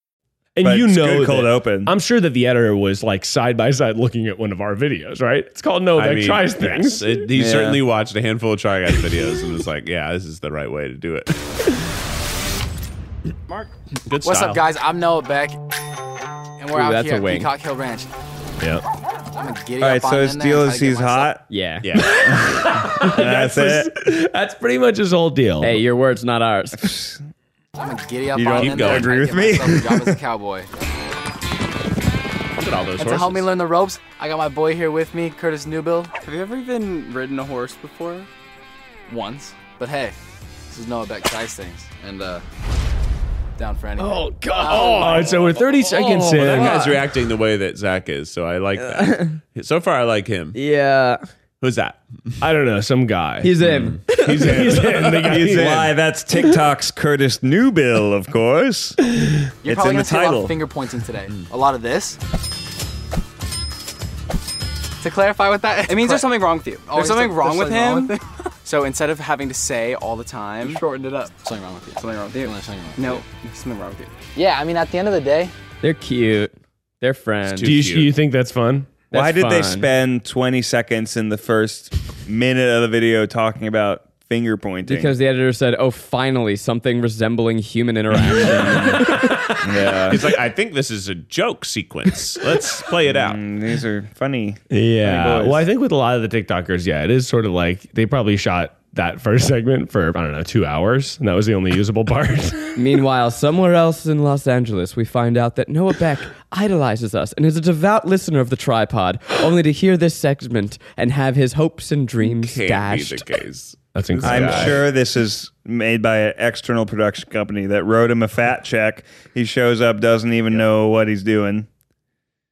Speaker 4: and
Speaker 2: But
Speaker 4: you
Speaker 2: it's
Speaker 4: know,
Speaker 2: good cold
Speaker 4: that-
Speaker 2: open.
Speaker 4: I'm sure that the editor was like side by side looking at one of our videos, right? It's called Novak
Speaker 1: I mean,
Speaker 4: Oh, Tries
Speaker 1: yes,
Speaker 4: Things.
Speaker 1: it- he
Speaker 2: Yeah.
Speaker 1: certainly watched a handful of Try Guys videos and was like, yeah, this is the right way to do it. Mark, good
Speaker 7: What's
Speaker 1: style.
Speaker 7: up, guys? I'm Noah Beck, and we're
Speaker 3: Ooh,
Speaker 7: out
Speaker 3: that's
Speaker 7: here
Speaker 3: a
Speaker 7: at
Speaker 3: wing.
Speaker 7: Peacock Hill Ranch.
Speaker 4: Yeah.
Speaker 7: I'm gonna giddy
Speaker 2: All right,
Speaker 7: up on
Speaker 2: so
Speaker 7: in
Speaker 2: his
Speaker 7: there and
Speaker 2: deal
Speaker 7: try
Speaker 2: is
Speaker 7: to get
Speaker 2: he's
Speaker 7: myself-
Speaker 2: hot.
Speaker 3: Yeah.
Speaker 1: Yeah.
Speaker 2: And that's it.
Speaker 4: That's pretty much his whole deal.
Speaker 3: Hey, your word's not ours.
Speaker 7: I'm gonna giddy up
Speaker 2: You
Speaker 7: on
Speaker 2: don't
Speaker 7: in there and
Speaker 2: agree
Speaker 7: try to
Speaker 2: with
Speaker 7: get
Speaker 2: me?
Speaker 7: myself a job as a cowboy.
Speaker 1: Look at all those
Speaker 7: and to help me
Speaker 1: horses.
Speaker 7: learn the ropes, I got my boy here with me, Curtis Newbill. Have you ever even ridden a horse before? Once. But hey, this is Noah Beck Tries Things, and uh, down for anything.
Speaker 4: Oh god! Oh, all right, so we're 30 seconds in.
Speaker 1: That guy's reacting the way that Zach is, so I like that. so far, I like him.
Speaker 3: yeah.
Speaker 1: Who's that?
Speaker 4: I don't know, some guy.
Speaker 3: He's in.
Speaker 7: Hmm.
Speaker 4: he's in. he's in. The guy-
Speaker 2: He's Why, that's TikTok's Curtis Newbill, of course.
Speaker 7: You're
Speaker 2: it's
Speaker 7: probably gonna
Speaker 2: in the
Speaker 7: see a lot
Speaker 2: title.
Speaker 7: of finger pointing today. A lot of this. To clarify what that
Speaker 8: It means there's something wrong with you.
Speaker 7: Always
Speaker 8: there's something
Speaker 7: there's
Speaker 8: wrong with
Speaker 7: something wrong
Speaker 8: him.
Speaker 7: with
Speaker 8: so instead of having to say all the time,
Speaker 7: shortened it up. Something wrong with you.
Speaker 8: something wrong with you.
Speaker 7: Something wrong with
Speaker 8: No, there's something wrong with you.
Speaker 7: you. Yeah, I mean, at the end of the day,
Speaker 3: They're cute. They're friends.
Speaker 4: Do you, you think that's fun?
Speaker 3: That's
Speaker 2: Why did they
Speaker 3: fine.
Speaker 2: spend 20 seconds in the first minute of the video talking about finger pointing?
Speaker 3: Because the editor said, "Oh, finally, something resembling human interaction."
Speaker 2: yeah.
Speaker 1: He's like, I think this is a joke sequence. Let's play it out.
Speaker 2: Mm, these are funny.
Speaker 4: Yeah.
Speaker 2: boys.
Speaker 4: Well, I think with a lot of the TikTokers, yeah, it is sort of like they probably shot that first segment for I don't know two hours, and that was the only usable part.
Speaker 3: Meanwhile, somewhere else in Los Angeles, we find out that Noah Beck idolizes us and is a devout listener of the tripod, only to hear this segment and have his hopes and dreams
Speaker 1: Can't be
Speaker 3: dashed.
Speaker 1: the case.
Speaker 4: That's incredible.
Speaker 2: I'm sure this is made by an external production company that wrote him a fat check. He shows up, doesn't even know what he's doing.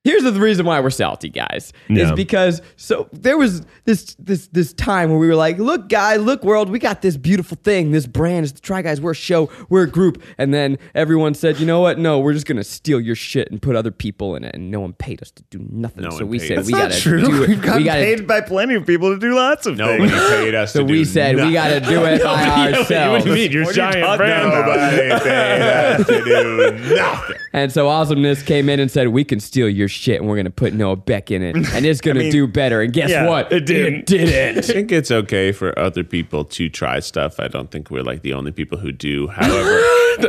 Speaker 3: Here's the reason why we're salty, guys. Is
Speaker 4: Yeah.
Speaker 3: because so there was this this this time where we were like, look, guy, look, world, we got this beautiful thing, this brand, it's the Try Guys, we're a show, we're a group. And then everyone said, you know what? No, we're just gonna steal your shit and put other people in it, and no one paid us to do nothing.
Speaker 1: No
Speaker 3: so
Speaker 1: one
Speaker 3: we
Speaker 1: paid
Speaker 3: said
Speaker 1: us.
Speaker 3: we gotta do it.
Speaker 2: We've gotten
Speaker 3: we gotta
Speaker 2: paid by plenty of people to do lots of
Speaker 1: Nobody
Speaker 2: things.
Speaker 1: paid us
Speaker 3: So
Speaker 1: to do
Speaker 3: we said we
Speaker 1: nothing.
Speaker 3: got to do it by
Speaker 4: What do you
Speaker 3: ourselves.
Speaker 4: mean? You're
Speaker 2: What are you
Speaker 4: giant
Speaker 2: talking
Speaker 4: brand.
Speaker 2: about?
Speaker 1: Nobody paid us to do nothing.
Speaker 3: And so Awesomeness came in and said, "We can steal your shit, and we're gonna put Noah Beck in it, and it's gonna
Speaker 2: mean,
Speaker 3: do better." And guess
Speaker 2: yeah,
Speaker 3: what?
Speaker 4: it didn't.
Speaker 1: I
Speaker 3: didn't.
Speaker 1: think it's okay for other people to try stuff. I don't think we're like the only people who do. However,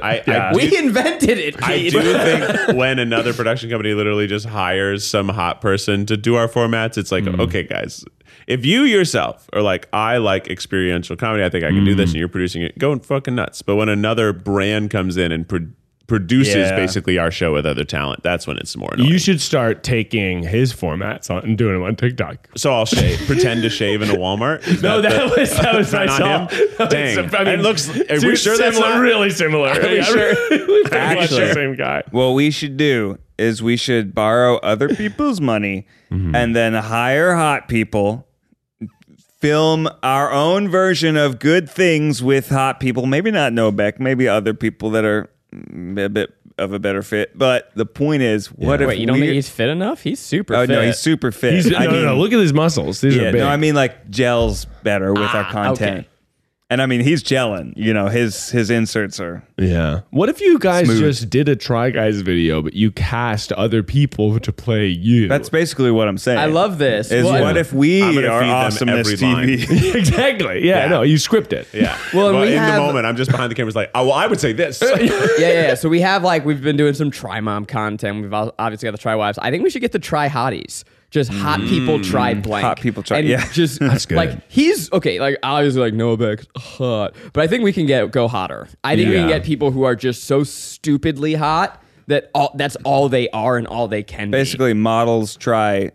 Speaker 1: I, I, do,
Speaker 3: we invented it.
Speaker 1: I
Speaker 3: Pete.
Speaker 1: do think when another production company literally just hires some hot person to do our formats, it's like,
Speaker 4: Mm.
Speaker 1: okay, guys, if you yourself are like, I like experiential comedy, I think I can do this,
Speaker 4: Mm.
Speaker 1: and you're producing it, going fucking nuts. But when another brand comes in and pro- produces
Speaker 2: Yeah.
Speaker 1: basically our show with other talent, that's when it's more annoying.
Speaker 4: You should start taking his formats on, and doing them on TikTok.
Speaker 1: so I'll shave, pretend to shave in a Walmart. Is
Speaker 4: No, Oh, that,
Speaker 1: the-
Speaker 4: was that was
Speaker 1: that
Speaker 4: I
Speaker 1: not
Speaker 4: saw.
Speaker 1: him?
Speaker 4: That was-
Speaker 1: Dang. It looks- are we
Speaker 4: too
Speaker 1: sure that's
Speaker 4: similar,
Speaker 1: not-
Speaker 4: really similar? Are
Speaker 1: we sure?
Speaker 4: Actually,
Speaker 2: Actually-
Speaker 4: the same guy.
Speaker 2: What we should do is we should borrow other people's money
Speaker 4: Mm-hmm.
Speaker 2: and then hire hot people, film our own version of good things with hot people. Maybe not Nobeck, maybe other people that are mm, a bit of a better fit. But the point is, what if
Speaker 3: Wait, you
Speaker 2: we-
Speaker 3: don't think he's fit enough? He's super
Speaker 2: Oh
Speaker 3: fit.
Speaker 2: no, he's super fit.
Speaker 4: He's, no,
Speaker 2: I
Speaker 4: no,
Speaker 2: mean,
Speaker 4: no. Look at these muscles. These
Speaker 2: yeah,
Speaker 4: are big.
Speaker 2: no, I mean like gels better with our content.
Speaker 3: Ah, okay.
Speaker 2: And I mean, he's gelling. You know, his his inserts are.
Speaker 4: yeah. What if you guys
Speaker 2: Smooth.
Speaker 4: just did a Try Guys video, but you cast other people to play you?
Speaker 2: That's basically what I'm saying.
Speaker 3: I love this.
Speaker 2: Is
Speaker 3: Well,
Speaker 2: what if we
Speaker 1: I'm gonna
Speaker 2: are
Speaker 1: feed them
Speaker 2: awesomeness
Speaker 1: every line.
Speaker 2: TV?
Speaker 4: exactly. Yeah,
Speaker 1: Yeah.
Speaker 4: No, you script it.
Speaker 1: Yeah.
Speaker 3: Well, and
Speaker 1: Well,
Speaker 3: we
Speaker 1: in
Speaker 3: have-
Speaker 1: the moment, I'm just behind the cameras, like, oh, well, I would say this.
Speaker 3: yeah, yeah, yeah. So we have like we've been doing some try mom content. We've al- obviously got the try wives. I think we should get the try hotties. Just hot people try blank.
Speaker 2: Mm. Hot people try-
Speaker 3: And
Speaker 2: yeah.
Speaker 3: Just
Speaker 4: good.
Speaker 3: like he's okay. Like obviously like Noah Beck's hot, but I think we can get go hotter. I think we can
Speaker 4: Yeah.
Speaker 3: get people who are just so stupidly hot that all that's all they are and all they can
Speaker 2: Basically, models try,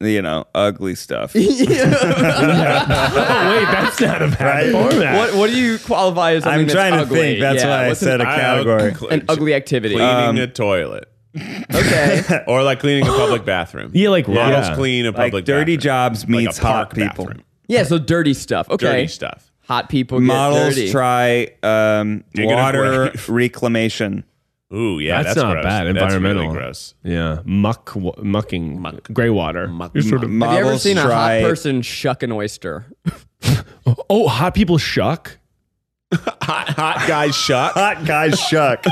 Speaker 2: you know, ugly stuff.
Speaker 3: be.
Speaker 4: Oh, wait, that's not a bad format.
Speaker 3: what what do you qualify as? something
Speaker 2: I'm
Speaker 3: that's
Speaker 2: trying to
Speaker 3: ugly?
Speaker 2: think. That's
Speaker 3: Yeah,
Speaker 2: why I
Speaker 3: what's an
Speaker 2: said a
Speaker 1: I'll
Speaker 2: category.
Speaker 1: conclude.
Speaker 3: an ugly activity.
Speaker 1: Cleaning a toilet.
Speaker 3: okay.
Speaker 1: Um, Or like cleaning a public bathroom.
Speaker 4: Yeah, like
Speaker 1: models
Speaker 4: yeah.
Speaker 1: clean a
Speaker 2: Like
Speaker 1: public
Speaker 2: dirty
Speaker 1: bathroom.
Speaker 2: jobs
Speaker 1: Like a
Speaker 2: meets hot
Speaker 1: park
Speaker 2: people.
Speaker 1: bathroom.
Speaker 3: Yeah, so dirty stuff. Okay.
Speaker 1: Dirty stuff.
Speaker 3: Hot people get
Speaker 2: Models
Speaker 3: dirty.
Speaker 2: try um,
Speaker 1: it a
Speaker 2: water
Speaker 1: grave.
Speaker 2: reclamation.
Speaker 1: Ooh, yeah,
Speaker 4: that's,
Speaker 1: that's,
Speaker 4: not
Speaker 1: gross.
Speaker 4: bad.
Speaker 1: That's
Speaker 4: Environmental.
Speaker 1: really gross.
Speaker 4: Yeah, muck, wa- mucking, gray water. You're sort
Speaker 3: Have
Speaker 4: of-
Speaker 3: you ever
Speaker 2: Models
Speaker 3: seen a
Speaker 2: try
Speaker 3: hot person shuck an oyster?
Speaker 4: oh, hot people shuck.
Speaker 1: Hot, hot guy shot.
Speaker 2: hot guys shuck.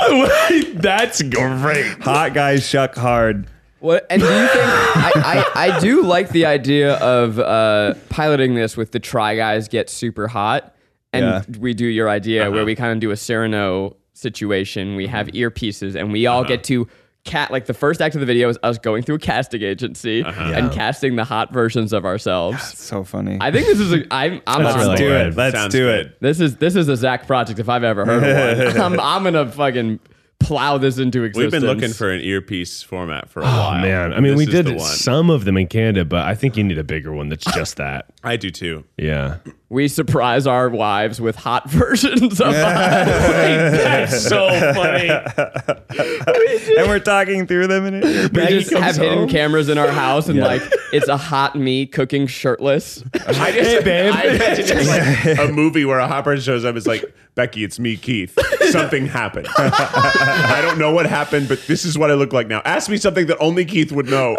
Speaker 4: that's great.
Speaker 2: hot guys shuck hard.
Speaker 3: What? And do you think I, I, I do like the idea of uh, piloting this with the try guys get super hot, and
Speaker 2: Yeah.
Speaker 3: we do your idea
Speaker 1: Uh-huh.
Speaker 3: where we kind of do a Cyrano situation. We have
Speaker 1: Mm-hmm.
Speaker 3: earpieces, and we
Speaker 1: Uh-huh.
Speaker 3: all get to cat. Like the first act of the video is us going through a casting agency
Speaker 1: Uh-huh.
Speaker 3: and casting the hot versions of ourselves.
Speaker 2: So funny.
Speaker 3: I think this is a. I'm I'm
Speaker 4: That's
Speaker 3: on
Speaker 4: really
Speaker 3: board.
Speaker 2: do
Speaker 4: good.
Speaker 2: it. Let's
Speaker 1: Sounds
Speaker 2: do
Speaker 1: good.
Speaker 2: it.
Speaker 3: This is this is a Zach project if I've ever heard of one. I'm, I'm gonna fucking plow this into
Speaker 1: We've
Speaker 3: existence.
Speaker 1: been looking for an earpiece format for a
Speaker 4: Oh
Speaker 1: while.
Speaker 4: man, I mean,
Speaker 1: This
Speaker 4: we
Speaker 1: is the
Speaker 4: did
Speaker 1: one.
Speaker 4: some of them in Canada, but I think you need a bigger one that's just that.
Speaker 1: I do too.
Speaker 4: Yeah,
Speaker 3: We surprise our wives with hot versions of
Speaker 4: that's so funny.
Speaker 2: and we're talking through them in it.
Speaker 3: We just have hidden cameras in our house and like it's a hot me cooking shirtless.
Speaker 1: I just, I imagine it's like a movie where a hot person shows up. It's like Becky, it's me, Keith. Something happened. I don't know what happened, but this is what I look like now. Ask me something that only Keith would know.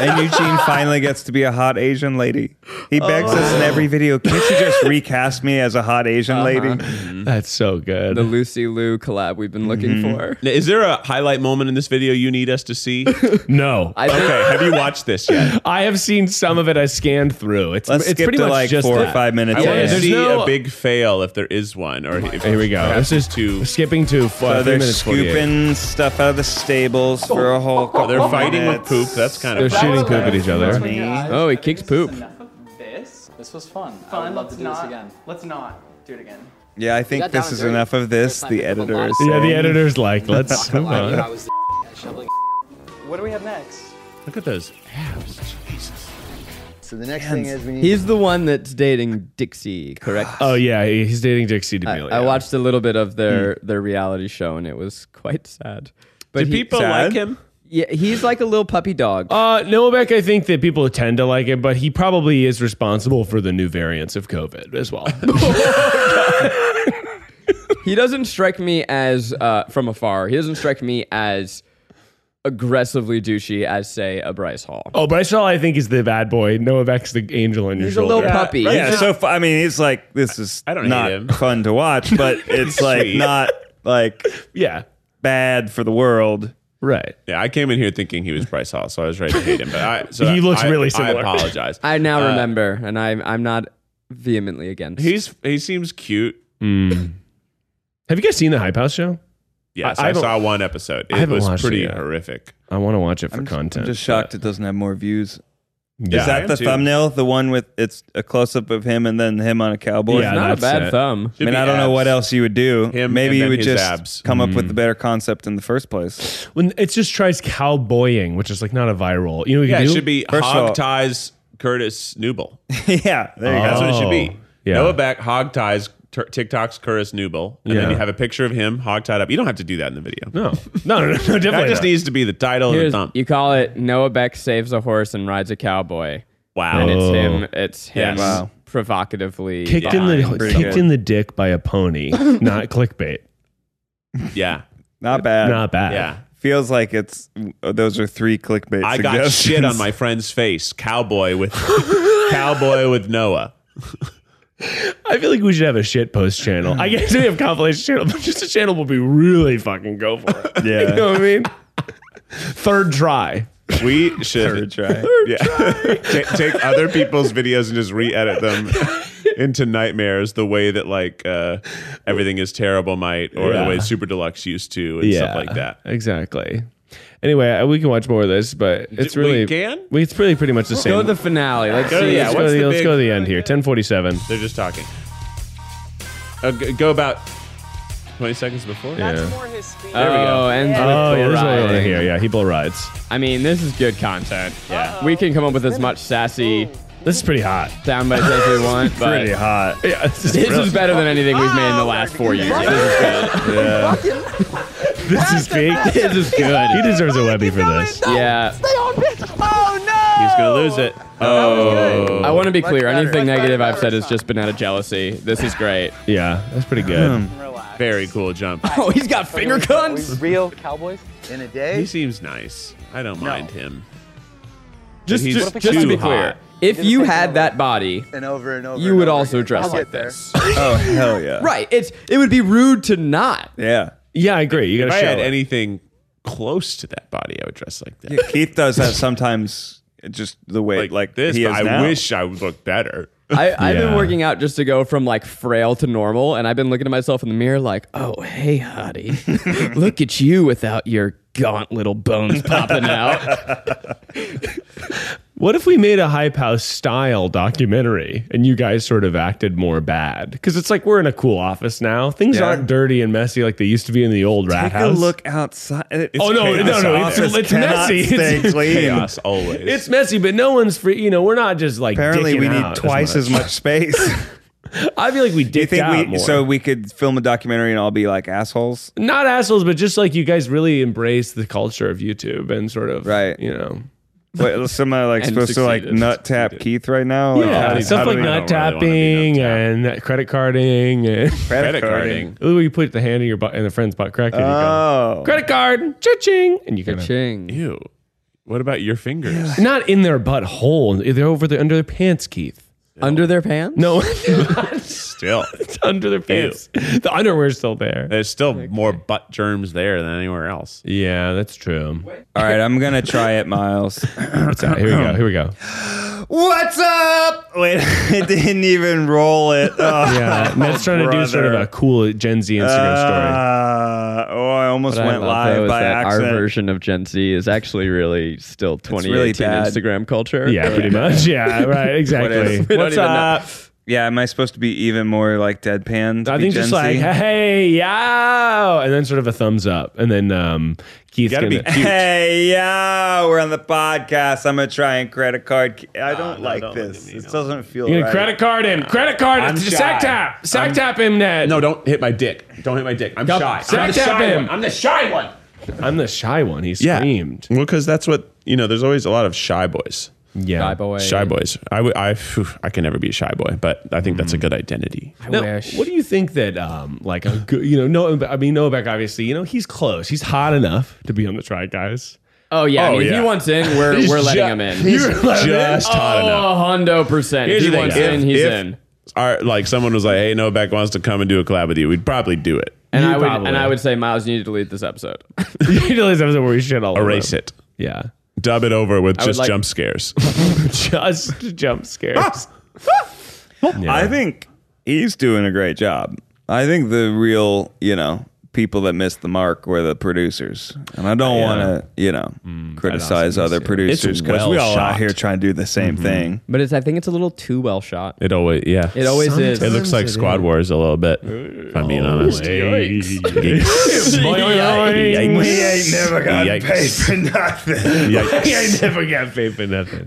Speaker 2: And Eugene finally gets to be a hot Asian lady. He begs us
Speaker 3: Oh.
Speaker 2: in every video, can't you just recast me as a hot Asian lady?
Speaker 3: Uh-huh.
Speaker 4: That's so good.
Speaker 3: the Lucy Lou collab we've been looking
Speaker 1: Mm-hmm.
Speaker 3: for.
Speaker 1: is there a highlight moment in this video you need us to see? okay,
Speaker 4: no,
Speaker 3: I think
Speaker 1: have you watched this yet?
Speaker 4: I have seen some of it. I scanned through. It's
Speaker 2: Let's
Speaker 4: it's
Speaker 2: skip
Speaker 4: pretty
Speaker 2: to
Speaker 4: much
Speaker 2: like
Speaker 4: just
Speaker 2: four
Speaker 4: that.
Speaker 2: or five minutes.
Speaker 1: I
Speaker 4: Yeah,
Speaker 1: want
Speaker 4: yeah.
Speaker 1: to
Speaker 4: There's
Speaker 1: see
Speaker 4: no-
Speaker 1: a big fail if there is one. Or if,
Speaker 4: Here we go. This is
Speaker 1: two.
Speaker 4: skipping to
Speaker 2: So
Speaker 4: five
Speaker 2: they're
Speaker 4: minutes. 48.
Speaker 2: scooping stuff out of the stables for a whole couple
Speaker 1: They're fighting
Speaker 2: minutes.
Speaker 1: with poop. That's kind
Speaker 4: They're
Speaker 1: of
Speaker 4: shooting poop at each other.
Speaker 3: Oh, he kicks poop.
Speaker 7: This was fun. I would love to do this again.
Speaker 8: Let's not do it again.
Speaker 2: Yeah, I think this is enough of this. The editor is
Speaker 4: Yeah, the
Speaker 2: saying.
Speaker 4: editor's like, let's move on.
Speaker 8: What do we have next?
Speaker 1: Look at those.
Speaker 9: So the next thing is we need
Speaker 3: He's the one that's dating Dixie, correct?
Speaker 4: Oh yeah, he- he's dating Dixie
Speaker 3: I,
Speaker 4: D'Amelio.
Speaker 3: I watched a little bit of their their reality show and it was quite sad. But
Speaker 1: Mm. Do
Speaker 3: he-
Speaker 1: people
Speaker 2: Sad?
Speaker 1: like him?
Speaker 3: Yeah, he's like a little puppy dog.
Speaker 4: Uh, Novak, I think that people tend to like him, but he probably is responsible for the new variants of COVID as well.
Speaker 3: he doesn't strike me as uh, from afar. He doesn't strike me as aggressively douchey as say a Bryce Hall.
Speaker 4: oh, Bryce Hall, I think, is the bad boy. Novak's the angel on your
Speaker 3: He's a
Speaker 4: shoulder.
Speaker 3: little puppy.
Speaker 2: Yeah, so fu- I mean, it's like this is
Speaker 1: I don't hate
Speaker 2: not
Speaker 1: him.
Speaker 2: fun to watch, but it's like
Speaker 1: Sweet.
Speaker 2: not like
Speaker 4: yeah,
Speaker 2: bad for the world.
Speaker 4: right.
Speaker 1: Yeah, I came in here thinking he was Bryce Hall, so I was ready to hate him. But I, so
Speaker 4: He looks
Speaker 1: I-
Speaker 4: really similar.
Speaker 1: I apologize.
Speaker 3: I now
Speaker 4: Uh,
Speaker 3: remember, and I'm I'm not vehemently against.
Speaker 1: He's he seems cute.
Speaker 4: Have you guys seen the Hype House show?
Speaker 1: Yes,
Speaker 4: I- I
Speaker 1: I,
Speaker 4: haven't-
Speaker 1: saw one episode. It
Speaker 4: haven't
Speaker 1: was
Speaker 4: watched it
Speaker 1: pretty
Speaker 4: yet.
Speaker 1: horrific.
Speaker 4: I want to watch it for
Speaker 2: I'm just,
Speaker 4: content.
Speaker 2: I'm just shocked it doesn't have more views.
Speaker 4: Yeah.
Speaker 2: Is that the thumbnail? The one with it's a close up of him and then him on a cowboy.
Speaker 4: Yeah,
Speaker 3: not a
Speaker 4: that's
Speaker 3: bad
Speaker 4: it.
Speaker 3: thumb.
Speaker 2: I mean, I don't know what else you would do.
Speaker 1: Him
Speaker 2: Maybe
Speaker 1: and
Speaker 2: you
Speaker 1: then
Speaker 2: would
Speaker 1: his
Speaker 2: just
Speaker 1: abs.
Speaker 2: come
Speaker 4: Mm.
Speaker 2: up with a better concept in the first place.
Speaker 4: when it just tries cowboying, which is like not a viral. You know, what you
Speaker 1: Yeah,
Speaker 4: can
Speaker 1: it
Speaker 4: do?
Speaker 1: should be
Speaker 2: First of all-
Speaker 1: hog ties Curtis Newble.
Speaker 2: yeah, there you
Speaker 1: That's
Speaker 2: go.
Speaker 1: what it should
Speaker 4: Oh,
Speaker 1: be.
Speaker 4: yeah.
Speaker 1: Noah Beck hog ties Tur- TikToks Curtis Newble, and
Speaker 4: Yeah.
Speaker 1: then you have a picture of him hog tied up. You don't have to do that in the video.
Speaker 4: no, no, no, no, no definitely.
Speaker 1: That just
Speaker 4: not.
Speaker 1: needs to be the title and
Speaker 3: Here's-
Speaker 1: the thumb.
Speaker 3: you call it Noah Beck saves a horse and rides a cowboy,
Speaker 1: wow.
Speaker 3: and
Speaker 4: Oh.
Speaker 3: it's him. It's him.
Speaker 1: Yes. Wow.
Speaker 3: Provocatively
Speaker 4: kicked in
Speaker 3: behind.
Speaker 4: the kicked
Speaker 2: good.
Speaker 4: in the dick by a pony, not clickbait.
Speaker 1: Yeah.
Speaker 2: Not bad.
Speaker 4: Not bad.
Speaker 1: Uh, Yeah.
Speaker 2: Feels like it's those are three clickbait.
Speaker 1: I got shit on my friend's face. Cowboy with cowboy with Noah.
Speaker 4: I feel like we should have a shit post channel. I guess we have compilation channel, but just a channel where we really fucking go for it.
Speaker 2: Yeah.
Speaker 4: You know what I mean? Third try.
Speaker 1: We should
Speaker 2: try.
Speaker 1: yeah. Ta- take other people's videos and just re-edit them into nightmares the way that like uh, everything is terrible might or
Speaker 4: Yeah.
Speaker 1: the way super deluxe used to and stuff like that.
Speaker 4: Exactly. Anyway, I- we can watch more of this, but it's
Speaker 1: we
Speaker 4: really
Speaker 1: can?
Speaker 4: we- it's really pretty much the same.
Speaker 3: Go to the finale. Let's
Speaker 1: Go to-
Speaker 3: see.
Speaker 1: yeah,
Speaker 4: let's, go
Speaker 1: what's
Speaker 4: to the,
Speaker 1: the
Speaker 4: let's
Speaker 1: big-
Speaker 4: go to the end here. Ten forty seven.
Speaker 1: They're just talking. Uh, g- go about twenty seconds before.
Speaker 4: Yeah.
Speaker 8: More his speed.
Speaker 3: oh, ends with
Speaker 4: Oh, yeah,
Speaker 3: bull
Speaker 4: this is what I want to
Speaker 3: riding.
Speaker 4: hear. Yeah, he bull rides.
Speaker 3: I mean, this is good content. Yeah. We can come up with as much sassy
Speaker 4: This is pretty hot.
Speaker 3: soundbites as we want, but
Speaker 2: Pretty hot.
Speaker 4: Yeah, this is,
Speaker 3: this
Speaker 4: really-
Speaker 3: is better than anything we've made in the last four years. This is good.
Speaker 4: This is big.
Speaker 3: This is good.
Speaker 4: He deserves a Webby for this.
Speaker 3: Yeah.
Speaker 1: He's gonna lose it. Oh,
Speaker 3: I want to be clear.
Speaker 8: better.
Speaker 3: Anything
Speaker 8: Much
Speaker 3: negative
Speaker 8: better
Speaker 3: I've said
Speaker 8: first
Speaker 3: is just been out of jealousy. This is great.
Speaker 4: Yeah, that's pretty good.
Speaker 8: Relax.
Speaker 1: very cool jump.
Speaker 3: Oh, he's got finger guns.
Speaker 8: Real cowboys.
Speaker 5: In a
Speaker 1: He
Speaker 5: day,
Speaker 1: seems nice. I don't mind him.
Speaker 3: Just,
Speaker 1: He's
Speaker 3: just, just to
Speaker 1: too
Speaker 3: be clear,
Speaker 1: hot.
Speaker 3: if you had that body,
Speaker 5: and over and over.
Speaker 3: you
Speaker 5: and
Speaker 3: would
Speaker 5: over
Speaker 3: also
Speaker 5: again.
Speaker 3: dress
Speaker 5: I'll
Speaker 3: like
Speaker 5: get there.
Speaker 3: this.
Speaker 2: Oh hell yeah.
Speaker 3: Right. It's it would be rude to not.
Speaker 2: Yeah.
Speaker 4: Yeah, I agree. You
Speaker 1: If
Speaker 4: gotta
Speaker 1: I
Speaker 4: show
Speaker 1: had
Speaker 4: it.
Speaker 1: anything close to that body, I would dress like that.
Speaker 2: Yeah, Keith does have sometimes just the way like,
Speaker 1: this.
Speaker 2: He is
Speaker 1: but I
Speaker 2: now.
Speaker 1: wish I would look better.
Speaker 3: I, I've
Speaker 4: Yeah.
Speaker 3: been working out just to go from like frail to normal, and I've been looking at myself in the mirror like, "Oh, hey, hottie, look at you without your gaunt little bones popping out."
Speaker 4: What if we made a hype house style documentary and you guys sort of acted more bad? Because it's like we're in a cool office now. Things
Speaker 2: Yeah.
Speaker 4: aren't dirty and messy like they used to be in the old rat
Speaker 2: Take a
Speaker 4: house.
Speaker 2: look outside. It's
Speaker 4: Oh, no,
Speaker 2: chaos.
Speaker 4: no, no, it's-
Speaker 2: Office
Speaker 4: it's
Speaker 2: cannot
Speaker 4: messy.
Speaker 2: Stay
Speaker 4: It's
Speaker 2: clean.
Speaker 1: Chaos always.
Speaker 4: It's messy, but no one's free. You know, we're not just like
Speaker 2: Apparently,
Speaker 4: dicking
Speaker 2: we
Speaker 4: out
Speaker 2: need twice as much space.
Speaker 4: I feel like we dicked
Speaker 2: Do you think
Speaker 4: out
Speaker 2: we
Speaker 4: more.
Speaker 2: so we could film a documentary and all be like assholes?
Speaker 4: not assholes, but just like you guys really embrace the culture of YouTube and sort of
Speaker 2: Right.
Speaker 4: You know,
Speaker 2: What, somebody like
Speaker 3: And
Speaker 2: supposed to like
Speaker 3: succeeded.
Speaker 2: nut tap Keith right now? Like,
Speaker 4: yeah,
Speaker 2: how do-
Speaker 4: stuff
Speaker 2: how do
Speaker 4: like
Speaker 2: we-
Speaker 4: nut
Speaker 1: I don't really
Speaker 4: tapping and credit carding and
Speaker 2: credit
Speaker 1: carding.
Speaker 2: carding.
Speaker 4: ooh, you put the hand in your butt in a friend's butt crack. And you go,
Speaker 2: Oh,
Speaker 4: credit card, cha-ching, and you kind of
Speaker 3: Ching.
Speaker 1: Ew. What about your fingers?
Speaker 4: not in their butthole. They're over the under their pants, Keith.
Speaker 3: Under their pants?
Speaker 4: No,
Speaker 1: Still,
Speaker 4: it's under their pants. The underwear's still there.
Speaker 1: there's still more butt germs there than anywhere else.
Speaker 4: Yeah, that's true.
Speaker 2: all right. I'm gonna try it, Miles.
Speaker 4: What's that? Here we go. Here we go.
Speaker 2: What's up? Wait, it didn't even roll it. Oh,
Speaker 4: Yeah, Matt's Uh, trying to do sort of
Speaker 2: brother.
Speaker 4: a cool Gen Z Instagram story.
Speaker 2: Uh, oh, I almost
Speaker 3: What I
Speaker 2: went
Speaker 3: love, though,
Speaker 2: live
Speaker 3: is
Speaker 2: by
Speaker 3: that Our
Speaker 2: accident.
Speaker 3: version of Gen Z is actually really still 2018
Speaker 2: really bad.
Speaker 3: Instagram culture.
Speaker 4: Yeah, pretty much. Yeah, right. Exactly.
Speaker 2: is-
Speaker 4: What's up?
Speaker 2: Yeah, am I supposed to be even more like deadpan? to
Speaker 4: I
Speaker 2: be
Speaker 4: think
Speaker 2: Gen
Speaker 4: just like
Speaker 2: Z?
Speaker 4: hey, yeah, and then sort of a thumbs up, and then um, Keith's
Speaker 1: gotta
Speaker 4: gonna
Speaker 1: be cute.
Speaker 2: Hey, yeah, we're on the podcast. I'm gonna try and credit card. I don't
Speaker 1: no,
Speaker 2: like
Speaker 1: don't look
Speaker 2: this.
Speaker 1: at me,
Speaker 2: This
Speaker 1: no.
Speaker 2: doesn't feel
Speaker 4: You're gonna
Speaker 2: right.
Speaker 4: credit card him. Credit card.
Speaker 1: I'm
Speaker 4: sack
Speaker 1: shy.
Speaker 4: tap. Sack tap him, Ned.
Speaker 1: No, don't hit my dick. Don't hit my dick. I'm shy.
Speaker 4: sack
Speaker 1: I'm the
Speaker 4: tap
Speaker 1: shy
Speaker 4: him.
Speaker 1: one. I'm the shy one.
Speaker 4: I'm the shy one. He
Speaker 1: Yeah.
Speaker 4: screamed.
Speaker 1: Well, because that's what you know. There's always a lot of shy boys.
Speaker 4: Yeah.
Speaker 3: Shy boy.
Speaker 1: Shy boys. I would- I- phew, I can never be a shy boy, but I think that's a good identity.
Speaker 3: I
Speaker 4: Now,
Speaker 3: wish.
Speaker 4: what do you think that, um, like, a good, you know, no, I mean, Novak, obviously, you know, he's close. He's hot enough to be on the try, guys.
Speaker 3: oh yeah. I
Speaker 1: Oh,
Speaker 3: mean, if
Speaker 1: yeah.
Speaker 3: he wants in, we're we're letting him in.
Speaker 1: just hot enough.
Speaker 3: oh, hundo percent. If
Speaker 1: Here's
Speaker 3: he
Speaker 1: the thing.
Speaker 3: wants
Speaker 1: If-
Speaker 3: in, he's
Speaker 1: if
Speaker 3: in.
Speaker 1: Our, like someone was like, "Hey, Novak wants to come and do a collab with you." We'd probably do it.
Speaker 3: And
Speaker 4: You
Speaker 3: I would
Speaker 4: probably.
Speaker 3: and I would say, Miles, you need to delete this episode.
Speaker 4: you know this episode where we shit all over
Speaker 1: Erase
Speaker 4: him.
Speaker 1: it.
Speaker 4: Yeah.
Speaker 1: Dub it over with
Speaker 3: would
Speaker 1: just
Speaker 3: like-
Speaker 1: jump scares.
Speaker 4: Just jump
Speaker 1: Ah!
Speaker 4: scares.
Speaker 2: I think he's doing a great job. I think the real, you know, people that missed the mark were the producers, and I don't want to, you know,
Speaker 1: Mm,
Speaker 2: criticize other producers because
Speaker 1: well
Speaker 2: we all
Speaker 1: shot.
Speaker 2: out here trying to do the same
Speaker 1: Mm-hmm.
Speaker 2: thing.
Speaker 3: But it's I think it's a little too well shot.
Speaker 1: It always, yeah.
Speaker 3: It always is.
Speaker 1: It looks like Squad Wars a little bit. If I'm being honest.
Speaker 2: We ain't never got
Speaker 1: Yikes.
Speaker 2: paid for nothing.
Speaker 4: I never got paid for nothing.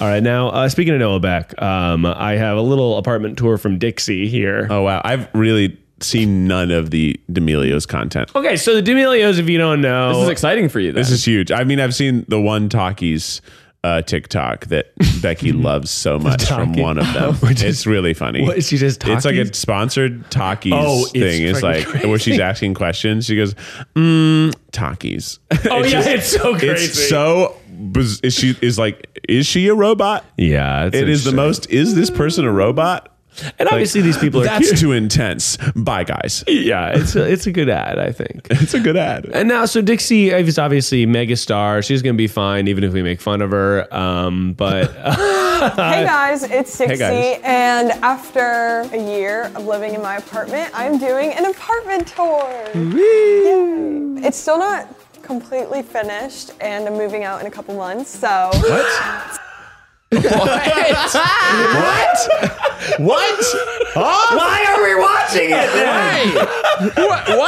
Speaker 4: All right, now uh, speaking of Noah Beck, um, I have a little apartment tour from Dixie here.
Speaker 1: Oh wow, I've really seen none of the D'Amelio's content.
Speaker 4: Okay, so the D'Amelios, if you don't know,
Speaker 3: This is exciting for you. Then.
Speaker 1: This is huge. I mean, I've seen the one talkies uh, TikTok that Becky loves so much from
Speaker 4: Taki.
Speaker 1: one of them.
Speaker 4: Which is-
Speaker 1: it's really funny.
Speaker 4: What, she says
Speaker 1: It's like
Speaker 4: Taki?
Speaker 1: a sponsored Takis
Speaker 4: Oh, it's
Speaker 1: thing. It's
Speaker 4: freaking
Speaker 1: like where she's
Speaker 4: crazy.
Speaker 1: asking questions. She goes, mm, Takis.
Speaker 4: Oh yeah, it's so crazy.
Speaker 1: It's so. Biz- is she is like is she a robot?
Speaker 4: yeah,
Speaker 1: It is the most. Is this person a robot?
Speaker 4: And obviously, these people are
Speaker 1: That's
Speaker 4: cute.
Speaker 1: too intense. Bye, guys.
Speaker 4: yeah, it's a, it's a good ad, I think.
Speaker 1: It's a good ad.
Speaker 4: And now, so Dixie is obviously a megastar. She's going to be fine, even if we make fun of her. Um, but
Speaker 9: Hey guys, it's Dixie,
Speaker 4: guys.
Speaker 9: and after a year of living in my apartment, I'm doing an apartment tour. Yay. It's still not completely finished, and I'm moving out in a couple months, so
Speaker 1: What? what? What? What? Huh?
Speaker 3: Why are we watching it then?
Speaker 1: What? What?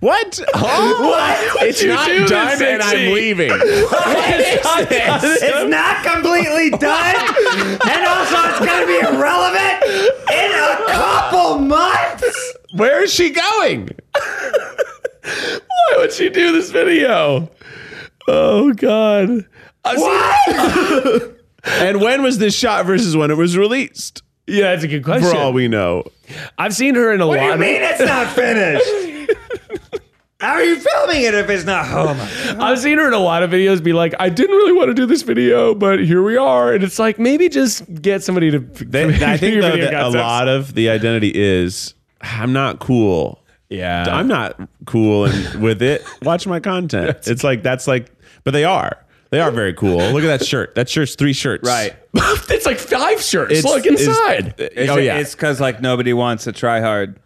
Speaker 1: What?
Speaker 4: What?
Speaker 1: It's not done and I'm leaving.
Speaker 3: It's
Speaker 2: not completely done, and also it's gonna be irrelevant in a couple months.
Speaker 1: Where is she going?
Speaker 4: Why would she do this video? Oh God!
Speaker 1: And when was this shot versus when it was released?
Speaker 4: Yeah, that's a good question.
Speaker 1: For all we know.
Speaker 4: I've seen her in a lot. of-
Speaker 2: it's not finished? How are you filming it if it's not? Oh my
Speaker 4: I've seen her in a lot of videos be like, I didn't really want to do this video, but here we are. And it's like, maybe just get somebody to.
Speaker 1: They, I think
Speaker 4: your
Speaker 1: though,
Speaker 4: video
Speaker 1: that a
Speaker 4: concepts.
Speaker 1: lot of the identity is I'm not cool.
Speaker 4: Yeah.
Speaker 1: I'm not cool and with it. Watch my content. It's like that's like, but they are. They are very cool. Look at that shirt. That shirt's three shirts.
Speaker 2: Right.
Speaker 4: it's like five shirts.
Speaker 1: It's-
Speaker 4: Look
Speaker 1: it's-
Speaker 4: inside.
Speaker 2: It's,
Speaker 1: oh yeah.
Speaker 2: it's because like nobody wants to try hard.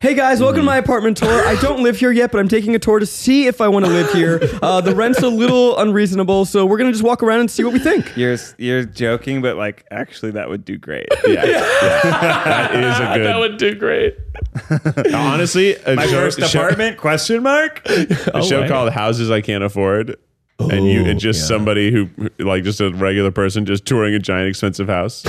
Speaker 3: Hey guys, welcome to
Speaker 1: Mm.
Speaker 3: my apartment tour. I don't live here yet, but I'm taking a tour to see if I want to live here. Uh, the rent's a little unreasonable, so we're gonna just walk around and see what we think.
Speaker 2: You're s- you're joking, but like actually that would do great.
Speaker 1: yeah. yeah. That is a good.
Speaker 4: that would do great.
Speaker 1: honestly, a
Speaker 2: My
Speaker 1: show,
Speaker 2: first
Speaker 1: a show-
Speaker 2: apartment? Question mark.
Speaker 1: a
Speaker 4: why
Speaker 1: show
Speaker 4: not?
Speaker 1: called Houses I Can't Afford. and you, and just somebody who, like, just a regular person, just touring a giant expensive house.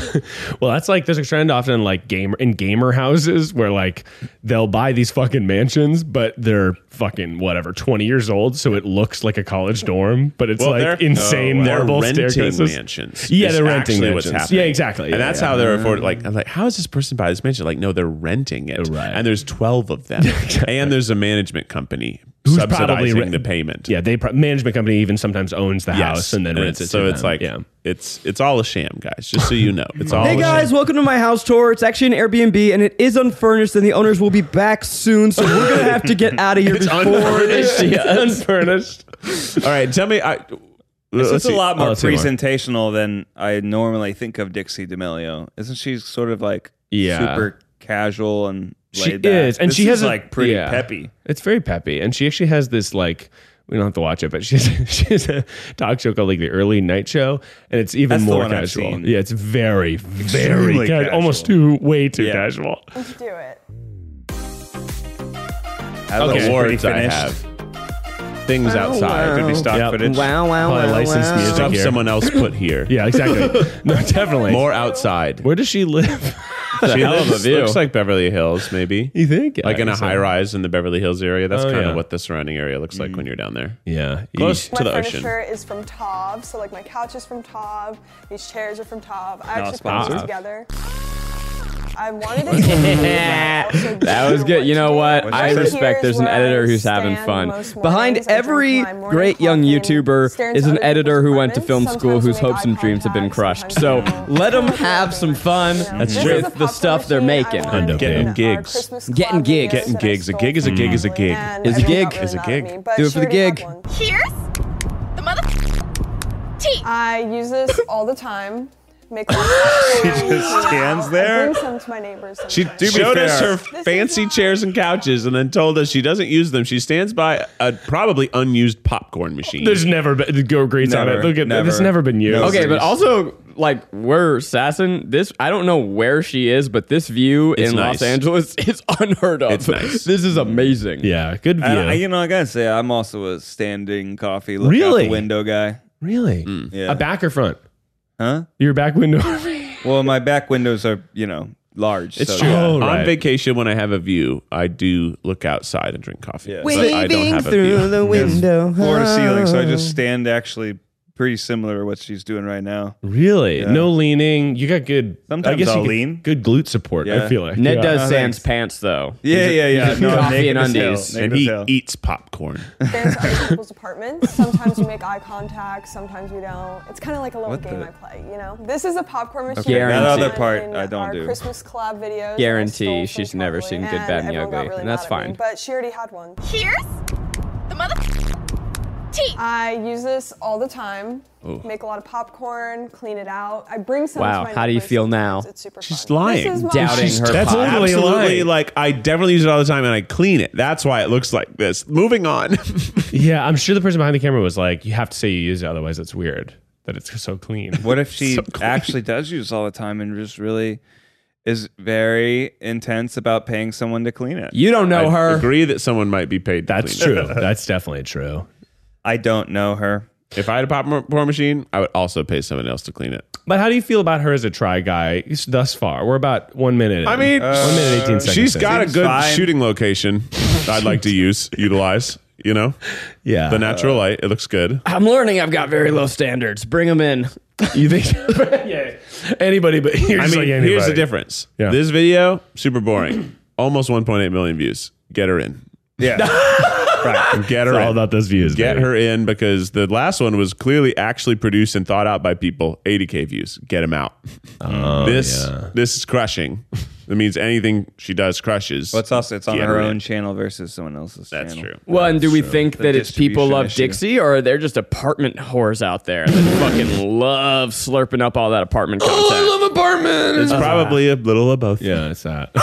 Speaker 4: Well, that's like there's a trend often like gamer in gamer houses where like they'll buy these fucking mansions, but they're fucking whatever twenty years old, so it looks like a college dorm, but it's like insane
Speaker 1: Oh, they're
Speaker 4: marble
Speaker 1: renting
Speaker 4: staircases.
Speaker 1: mansions.
Speaker 4: Yeah,
Speaker 1: is
Speaker 4: they're renting
Speaker 1: actually what's
Speaker 4: mansions.
Speaker 1: happening.
Speaker 4: Yeah, exactly.
Speaker 1: And
Speaker 4: Yeah,
Speaker 1: that's
Speaker 4: yeah.
Speaker 1: how they're afforded. Like, I'm like, how is this person buy this mansion? Like, no, they're renting it.
Speaker 4: Right.
Speaker 1: And there's 12 of them, and there's a management company subsidizing
Speaker 4: probably re-
Speaker 1: the payment.
Speaker 4: Yeah, they pro- management company even sometimes owns the
Speaker 1: Yes.
Speaker 4: house and then rents it.
Speaker 1: So
Speaker 4: to
Speaker 1: it's
Speaker 4: them.
Speaker 1: like,
Speaker 4: yeah.
Speaker 1: it's it's all a sham, guys. Just so you know, it's all.
Speaker 3: Hey
Speaker 1: a
Speaker 3: guys,
Speaker 1: sham.
Speaker 3: welcome to my house tour. It's actually an Airbnb and it is unfurnished, and the owners will be back soon, so we're gonna have to get out of here before.
Speaker 4: Furnished, yeah, unfurnished.
Speaker 1: all right, tell me. I,
Speaker 2: So
Speaker 1: let's
Speaker 2: it's a
Speaker 1: see.
Speaker 2: lot more
Speaker 4: let's see more.
Speaker 2: presentational than I normally think of Dixie D'Amelio. Isn't she sort of like
Speaker 4: Yeah.
Speaker 2: super casual and
Speaker 4: She
Speaker 2: laid back?
Speaker 4: is, and
Speaker 2: This
Speaker 4: she
Speaker 2: is
Speaker 4: has a-
Speaker 2: like pretty
Speaker 4: yeah.
Speaker 2: peppy.
Speaker 4: It's very peppy, and she actually has this like we don't have to watch it, but she's she's a talk show called like the Early Night Show, and it's even
Speaker 2: That's the
Speaker 4: more
Speaker 2: one I've
Speaker 4: casual.
Speaker 2: seen.
Speaker 4: Yeah, it's very very
Speaker 2: Extremely
Speaker 4: ca-
Speaker 2: casual.
Speaker 4: almost too way too
Speaker 2: Yeah.
Speaker 4: casual.
Speaker 9: let's do it.
Speaker 2: That looks pretty
Speaker 1: awards I
Speaker 2: finished.
Speaker 1: have. Things outside could be stock
Speaker 4: Yep.
Speaker 1: footage.
Speaker 3: Wow, wow,
Speaker 4: Probably
Speaker 3: wow,
Speaker 4: licensed
Speaker 3: wow.
Speaker 4: music
Speaker 1: Stuff
Speaker 4: here.
Speaker 1: someone else put here.
Speaker 4: Yeah, exactly. no, definitely.
Speaker 1: More outside.
Speaker 4: Where does she live?
Speaker 1: She
Speaker 4: hell of a
Speaker 1: lives,
Speaker 4: view.
Speaker 1: looks like Beverly Hills, maybe.
Speaker 4: you think?
Speaker 1: like
Speaker 4: Yeah,
Speaker 1: in a
Speaker 4: so-
Speaker 1: high rise in the Beverly Hills area. That's
Speaker 4: Oh,
Speaker 1: kind of
Speaker 4: yeah.
Speaker 1: what the surrounding area looks like when you're down there.
Speaker 4: Yeah,
Speaker 1: Close
Speaker 9: My
Speaker 1: to the ocean.
Speaker 9: furniture is from Taub, so like my couch is from Taub, these chairs are from Taub. I actually put
Speaker 4: sponsored.
Speaker 9: them together. I wanted it to be
Speaker 8: That was good. You know what? I
Speaker 9: Right
Speaker 8: respect
Speaker 9: here
Speaker 8: there's
Speaker 9: is
Speaker 8: an
Speaker 9: where I
Speaker 8: editor who's having
Speaker 9: stand
Speaker 8: fun.
Speaker 9: most mornings.
Speaker 3: Behind
Speaker 9: I drink
Speaker 3: every
Speaker 9: my morning
Speaker 3: great young
Speaker 9: coffee and
Speaker 3: YouTuber
Speaker 9: stare
Speaker 3: is
Speaker 9: into
Speaker 3: an
Speaker 9: other
Speaker 3: editor
Speaker 9: people's
Speaker 3: who went to
Speaker 9: apartments.
Speaker 3: film school
Speaker 9: Sometimes
Speaker 3: whose
Speaker 9: we make
Speaker 3: hopes
Speaker 9: eye
Speaker 3: and dreams have been
Speaker 9: contact,
Speaker 3: crushed. So
Speaker 9: sometimes we don't.
Speaker 3: let them
Speaker 9: Sometimes we
Speaker 3: have
Speaker 9: don't.
Speaker 3: some fun
Speaker 9: You know, this
Speaker 3: with
Speaker 9: is
Speaker 3: the, stuff they're
Speaker 9: popcorn machine
Speaker 3: making.
Speaker 9: I wanted
Speaker 1: Undocumented.
Speaker 9: in our
Speaker 1: Gigs.
Speaker 9: Christmas
Speaker 3: Getting
Speaker 9: club videos
Speaker 3: gigs. Getting
Speaker 9: that I
Speaker 1: gigs. A
Speaker 9: stole
Speaker 1: gig is a
Speaker 9: from
Speaker 1: gig is a
Speaker 9: Emily,
Speaker 1: gig.
Speaker 9: and
Speaker 3: Is a
Speaker 9: everyone got
Speaker 3: gig.
Speaker 9: really
Speaker 3: Is a
Speaker 9: mad at
Speaker 1: gig.
Speaker 9: me, but
Speaker 3: Do it for
Speaker 9: she
Speaker 3: the
Speaker 9: already had
Speaker 3: gig.
Speaker 9: one.
Speaker 6: Here's the mother tea.
Speaker 9: I use this all the time. Make she
Speaker 2: just stands
Speaker 9: I
Speaker 2: there.
Speaker 9: bring some to my neighbors.
Speaker 1: She
Speaker 9: sometimes.
Speaker 1: showed us
Speaker 2: fair.
Speaker 1: her
Speaker 9: is
Speaker 1: fancy
Speaker 9: not-
Speaker 1: chairs and couches and then told us she doesn't use them. She stands by a probably unused popcorn machine.
Speaker 4: There's never been go greats on it.
Speaker 2: Never,
Speaker 4: Look at that. It's
Speaker 2: never.
Speaker 4: never been used.
Speaker 2: No.
Speaker 8: Okay, but also like we're assassin. This I don't know where she is, but this view
Speaker 1: It's
Speaker 8: in
Speaker 1: nice.
Speaker 8: Los Angeles is unheard of.
Speaker 1: It's nice.
Speaker 8: This is amazing.
Speaker 4: Yeah, good view.
Speaker 2: And I, you know, I gotta say, I'm also a standing coffee look out
Speaker 4: Really?
Speaker 2: the window guy.
Speaker 4: really?
Speaker 2: Mm, Yeah.
Speaker 4: A back or front?
Speaker 2: Huh?
Speaker 4: Your back window.
Speaker 2: Well, my back windows are you know large.
Speaker 1: it's
Speaker 2: so
Speaker 1: true.
Speaker 2: yeah.
Speaker 4: Oh, right.
Speaker 1: On vacation, when I have a view, I do look outside and drink coffee.
Speaker 2: Yeah.
Speaker 1: But I don't have a view.
Speaker 3: the window.
Speaker 2: Floor to ceiling, so I just stand actually pretty similar to what she's doing right now.
Speaker 4: Really?
Speaker 2: Yeah.
Speaker 4: No leaning. You got good.
Speaker 2: Sometimes
Speaker 4: I guess
Speaker 2: I'll
Speaker 4: you get
Speaker 2: lean.
Speaker 4: Good glute support. I
Speaker 2: Yeah.
Speaker 4: feel like
Speaker 3: Ned
Speaker 4: Yeah.
Speaker 3: does
Speaker 2: Oh,
Speaker 3: sans
Speaker 2: thanks.
Speaker 3: pants though.
Speaker 2: Yeah,
Speaker 3: He's a-
Speaker 2: yeah, yeah.
Speaker 3: he's a
Speaker 2: No, I'm
Speaker 3: coffee and
Speaker 2: naked as hell.
Speaker 3: undies.
Speaker 2: Naked
Speaker 1: and
Speaker 2: as
Speaker 1: he
Speaker 2: hell.
Speaker 1: eats popcorn.
Speaker 9: Dance at other people's apartments. Sometimes we make eye contact, sometimes we don't. It's kind of like a little
Speaker 2: What
Speaker 9: game
Speaker 2: the-
Speaker 9: I play, you know? This is a popcorn machine.
Speaker 3: Okay, that
Speaker 9: found
Speaker 3: other
Speaker 2: part
Speaker 9: in
Speaker 2: I don't
Speaker 9: our
Speaker 2: do.
Speaker 9: Christmas collab videos. that I
Speaker 3: Guarantee
Speaker 9: stole from
Speaker 3: she's never
Speaker 9: Chocolate,
Speaker 3: seen Good,
Speaker 9: and
Speaker 3: Bad, and the
Speaker 9: everyone got
Speaker 3: Ugly,
Speaker 9: really
Speaker 3: and that's
Speaker 9: mad at me,
Speaker 3: fine.
Speaker 9: But she already had one.
Speaker 10: Here's the mother teeth.
Speaker 9: I use this all the time. Make a lot of popcorn, clean it out. I bring some.
Speaker 3: Wow,
Speaker 9: to my
Speaker 3: how do you
Speaker 9: neighbors
Speaker 3: feel
Speaker 9: sometimes.
Speaker 3: now?
Speaker 9: It's super
Speaker 1: She's
Speaker 9: fun.
Speaker 1: lying.
Speaker 9: This is my-
Speaker 3: Doubting She's- her
Speaker 1: That's
Speaker 3: pod.
Speaker 1: literally
Speaker 4: Absolutely.
Speaker 1: like I definitely use it all the time, and I clean it. That's why it looks like this. Moving on.
Speaker 4: Yeah, I'm sure the person behind the camera was like, "You have to say you use it, otherwise it's weird that it's so clean."
Speaker 2: What if she
Speaker 1: So clean.
Speaker 2: actually does use all the time and just really is very intense about paying someone to clean it?
Speaker 3: You don't know
Speaker 1: I
Speaker 3: her.
Speaker 1: Agree that someone might be paid. To
Speaker 4: That's
Speaker 1: clean it.
Speaker 4: true. That's definitely true.
Speaker 2: I don't know her.
Speaker 1: If I had a popcorn machine, I would also pay someone else to clean it.
Speaker 4: But how do you feel about her as a try guy thus far? We're about one minute. in.
Speaker 1: I mean,
Speaker 4: one minute and eighteen seconds.
Speaker 1: Uh, she's
Speaker 4: in.
Speaker 1: got a
Speaker 2: Seems
Speaker 1: good
Speaker 2: fine.
Speaker 1: shooting location. I'd like to use utilize. You know,
Speaker 4: yeah.
Speaker 1: the natural light. It looks good.
Speaker 3: I'm learning. I've got very low standards. Bring them in.
Speaker 4: you think? yeah. Anybody, but here's
Speaker 1: I mean,
Speaker 4: like
Speaker 1: here's the
Speaker 4: anybody.
Speaker 1: difference.
Speaker 4: Yeah.
Speaker 1: This video super boring. Almost 1.8 million views. Get her in.
Speaker 2: Yeah. right.
Speaker 1: Get her
Speaker 4: It's all
Speaker 1: in.
Speaker 4: about those views.
Speaker 1: Get
Speaker 4: baby.
Speaker 1: her in because the last one was clearly actually produced and thought out by people. 80k views. Get him out. this
Speaker 4: Oh, yeah.
Speaker 1: this is crushing. That means anything she does crushes.
Speaker 2: What's also it's on
Speaker 1: Get
Speaker 2: her
Speaker 1: in.
Speaker 2: own channel versus someone else's
Speaker 1: That's
Speaker 2: channel.
Speaker 1: true.
Speaker 3: Well, and do we think
Speaker 2: The
Speaker 3: that it's people
Speaker 2: distribution
Speaker 3: love
Speaker 2: issue.
Speaker 3: Dixie or they're just apartment whores out there that fucking love slurping up all that apartment content?
Speaker 1: It's probably a little of both.
Speaker 4: Yeah, it's that.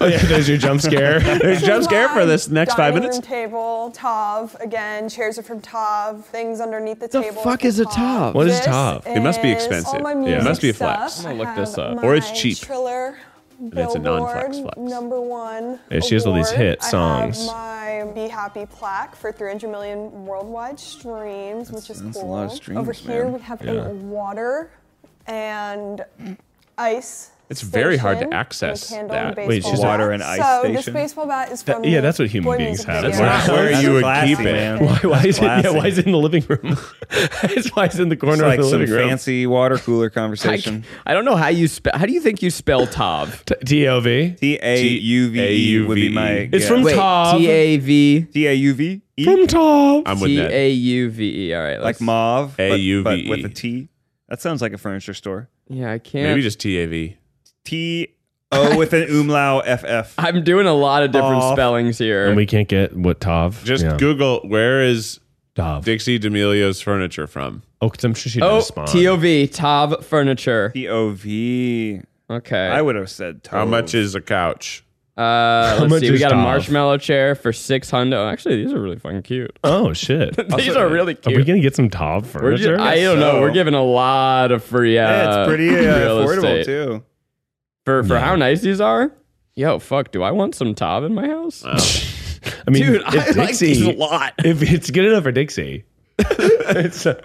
Speaker 4: oh yeah, there's your jump scare.
Speaker 1: There's a jump scare for
Speaker 9: Mine,
Speaker 1: this next
Speaker 9: dining
Speaker 1: five minutes.
Speaker 9: Room table, Tav again. Chairs are from Tav. Things underneath the,
Speaker 3: The
Speaker 9: table.
Speaker 3: fuck
Speaker 9: are
Speaker 3: is a
Speaker 9: from
Speaker 3: Tav?
Speaker 4: What is
Speaker 9: This
Speaker 4: Tav?
Speaker 1: It must be
Speaker 9: is
Speaker 1: expensive.
Speaker 9: All my
Speaker 1: Yeah. It
Speaker 9: music
Speaker 1: must be a
Speaker 9: stuff.
Speaker 1: flex. I'm
Speaker 3: gonna look
Speaker 9: I
Speaker 3: this
Speaker 9: have
Speaker 3: up.
Speaker 1: Or it's
Speaker 9: my
Speaker 1: cheap.
Speaker 9: Triller.
Speaker 1: it's a non-flex
Speaker 9: Billboard
Speaker 1: flex.
Speaker 9: Number one.
Speaker 4: Yeah, she has all these
Speaker 9: award.
Speaker 4: hit songs.
Speaker 9: I have my Be Happy plaque for 300 million worldwide streams, which is
Speaker 2: that's a
Speaker 9: cool.
Speaker 2: lot of streams,
Speaker 9: Over here
Speaker 2: man.
Speaker 9: we have a water and ice.
Speaker 1: It's very hard to
Speaker 9: station and a
Speaker 1: access
Speaker 9: candle
Speaker 1: that.
Speaker 9: and a
Speaker 4: Wait,
Speaker 9: baseball
Speaker 4: she's a-
Speaker 2: Water
Speaker 9: bat.
Speaker 2: and ice
Speaker 9: so this
Speaker 2: station?
Speaker 9: baseball bat is
Speaker 4: That-
Speaker 9: from
Speaker 4: yeah,
Speaker 9: the
Speaker 4: that's what human
Speaker 9: boy
Speaker 4: beings
Speaker 9: music
Speaker 4: have.
Speaker 9: video.
Speaker 4: That's
Speaker 1: not where
Speaker 2: That's
Speaker 1: you would
Speaker 2: classy,
Speaker 1: keep it.
Speaker 2: man.
Speaker 4: Why, why
Speaker 2: That's
Speaker 4: is it? Yeah,
Speaker 2: classy.
Speaker 4: why is it in the living room? it's why it's in the corner
Speaker 2: It's
Speaker 4: of
Speaker 2: like
Speaker 4: the
Speaker 2: some
Speaker 4: living room.
Speaker 2: fancy water cooler
Speaker 3: I,
Speaker 2: conversation.
Speaker 3: I don't know how you spell. How do you think you spell Tav?
Speaker 4: T- T-O-V.
Speaker 2: T A U V E would be my.
Speaker 4: It's from-
Speaker 3: Wait,
Speaker 4: Tav.
Speaker 3: T A V
Speaker 2: T A U V E.
Speaker 4: From Tom.
Speaker 1: I'm with
Speaker 3: T
Speaker 1: that.
Speaker 3: A U V E. All right,
Speaker 2: Like
Speaker 3: let's-
Speaker 2: mauve. but- But
Speaker 1: A-U-V-E.
Speaker 2: with a E. T. That sounds like a furniture store.
Speaker 3: Yeah, I can't.
Speaker 1: Maybe just TAV.
Speaker 2: T O with an umlau F F.
Speaker 3: I'm doing a lot of different
Speaker 2: Tav.
Speaker 3: spellings here.
Speaker 4: And we can't get what Tav.
Speaker 1: Just
Speaker 4: yeah.
Speaker 1: Google where is
Speaker 4: Tav.
Speaker 1: Dixie D'Amelio's furniture from.
Speaker 4: Oh, 'cause I'm sure she
Speaker 3: oh,
Speaker 4: does spawn.
Speaker 3: T O V Tav Furniture.
Speaker 2: T O V.
Speaker 3: Okay.
Speaker 2: I would have said
Speaker 1: How
Speaker 2: Tove.
Speaker 1: much is a couch?
Speaker 3: Uh,
Speaker 4: much
Speaker 3: let's see. We
Speaker 4: is
Speaker 3: got a
Speaker 4: Tav?
Speaker 3: marshmallow chair for six hundo. Actually, these are really fucking cute.
Speaker 4: Oh shit.
Speaker 3: These are really
Speaker 4: Are
Speaker 3: cute.
Speaker 4: we gonna get some Tav
Speaker 3: We're ju-
Speaker 4: furniture?
Speaker 3: I don't know.
Speaker 2: so.
Speaker 3: We're giving a lot of free. Uh,
Speaker 2: Yeah, it's pretty uh,
Speaker 3: real
Speaker 2: affordable
Speaker 3: estate.
Speaker 2: too.
Speaker 3: For for how nice these are. Yo, fuck. Do I want some Tav in my house?
Speaker 4: I mean,
Speaker 3: Dude,
Speaker 4: if
Speaker 3: I like
Speaker 4: Dixie,
Speaker 3: these a lot.
Speaker 4: If it's good enough for Dixie, it's uh,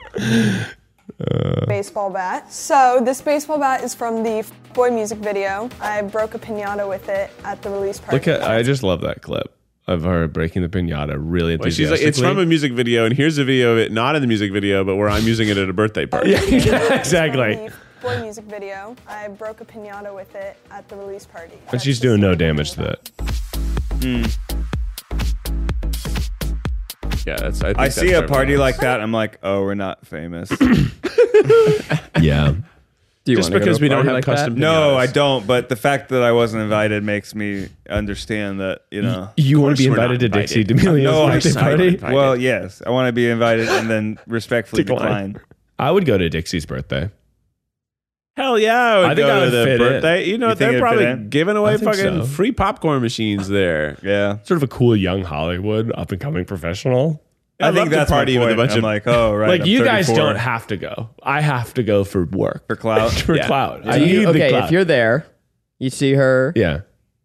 Speaker 9: baseball bat. So this baseball bat is from the F- boy music video. I broke a pinata with it at the release party.
Speaker 4: look. At, I just love that clip of her breaking the pinata. Really
Speaker 1: Well, she's like,
Speaker 4: enthusiastically.
Speaker 1: it's from a music video, and here's a video of it not in the music video, but where I'm using it at a birthday party.
Speaker 4: yeah,
Speaker 9: From the
Speaker 4: exactly.
Speaker 9: F- boy music video. I broke a pinata with it at the release party.
Speaker 4: And she's doing no damage to that.
Speaker 1: Yeah, that's. I, think
Speaker 2: I
Speaker 1: that's
Speaker 2: see a
Speaker 1: her
Speaker 2: party
Speaker 1: plan.
Speaker 2: like that. I'm like, oh, we're not famous.
Speaker 4: Yeah.
Speaker 3: Do you
Speaker 1: just
Speaker 3: wanna go to
Speaker 1: because
Speaker 3: a
Speaker 1: we don't
Speaker 3: party
Speaker 1: have
Speaker 3: like
Speaker 1: custom.
Speaker 2: no,
Speaker 1: pinatas.
Speaker 2: I don't. But the fact that I wasn't invited makes me understand that you know.
Speaker 4: You want
Speaker 1: course
Speaker 4: to be
Speaker 1: we're not
Speaker 4: invited to Dixie
Speaker 1: invited.
Speaker 4: D'Amelio's
Speaker 2: No, I
Speaker 4: birthday
Speaker 2: said-
Speaker 4: party?
Speaker 1: invited.
Speaker 2: Well, yes, I want to be invited and then respectfully
Speaker 4: Decline.
Speaker 2: decline.
Speaker 4: I would go to Dixie's birthday.
Speaker 1: Hell yeah! I, would
Speaker 4: I think I
Speaker 1: go to
Speaker 4: would
Speaker 1: the
Speaker 4: fit in.
Speaker 1: birthday. You know,
Speaker 2: You think
Speaker 1: they're
Speaker 2: it'd fit
Speaker 1: probably
Speaker 2: in?
Speaker 1: giving away
Speaker 4: I think
Speaker 1: fucking
Speaker 4: so.
Speaker 1: free popcorn machines there.
Speaker 2: Yeah,
Speaker 4: Sort of a cool young Hollywood up and coming professional.
Speaker 2: I,
Speaker 1: I'd love
Speaker 2: think
Speaker 1: to
Speaker 2: that's
Speaker 1: party
Speaker 2: my
Speaker 1: with a
Speaker 2: point.
Speaker 1: bunch
Speaker 2: I'm
Speaker 1: of-
Speaker 2: like, oh right.
Speaker 4: like
Speaker 2: I'm
Speaker 4: you guys
Speaker 2: 34.
Speaker 4: don't have to go. I have to go for work
Speaker 2: for clout.
Speaker 4: for
Speaker 1: Yeah.
Speaker 4: cloud. I
Speaker 3: Do you-
Speaker 4: need the
Speaker 3: okay,
Speaker 4: clout.
Speaker 3: if you're there, you see her.
Speaker 4: yeah.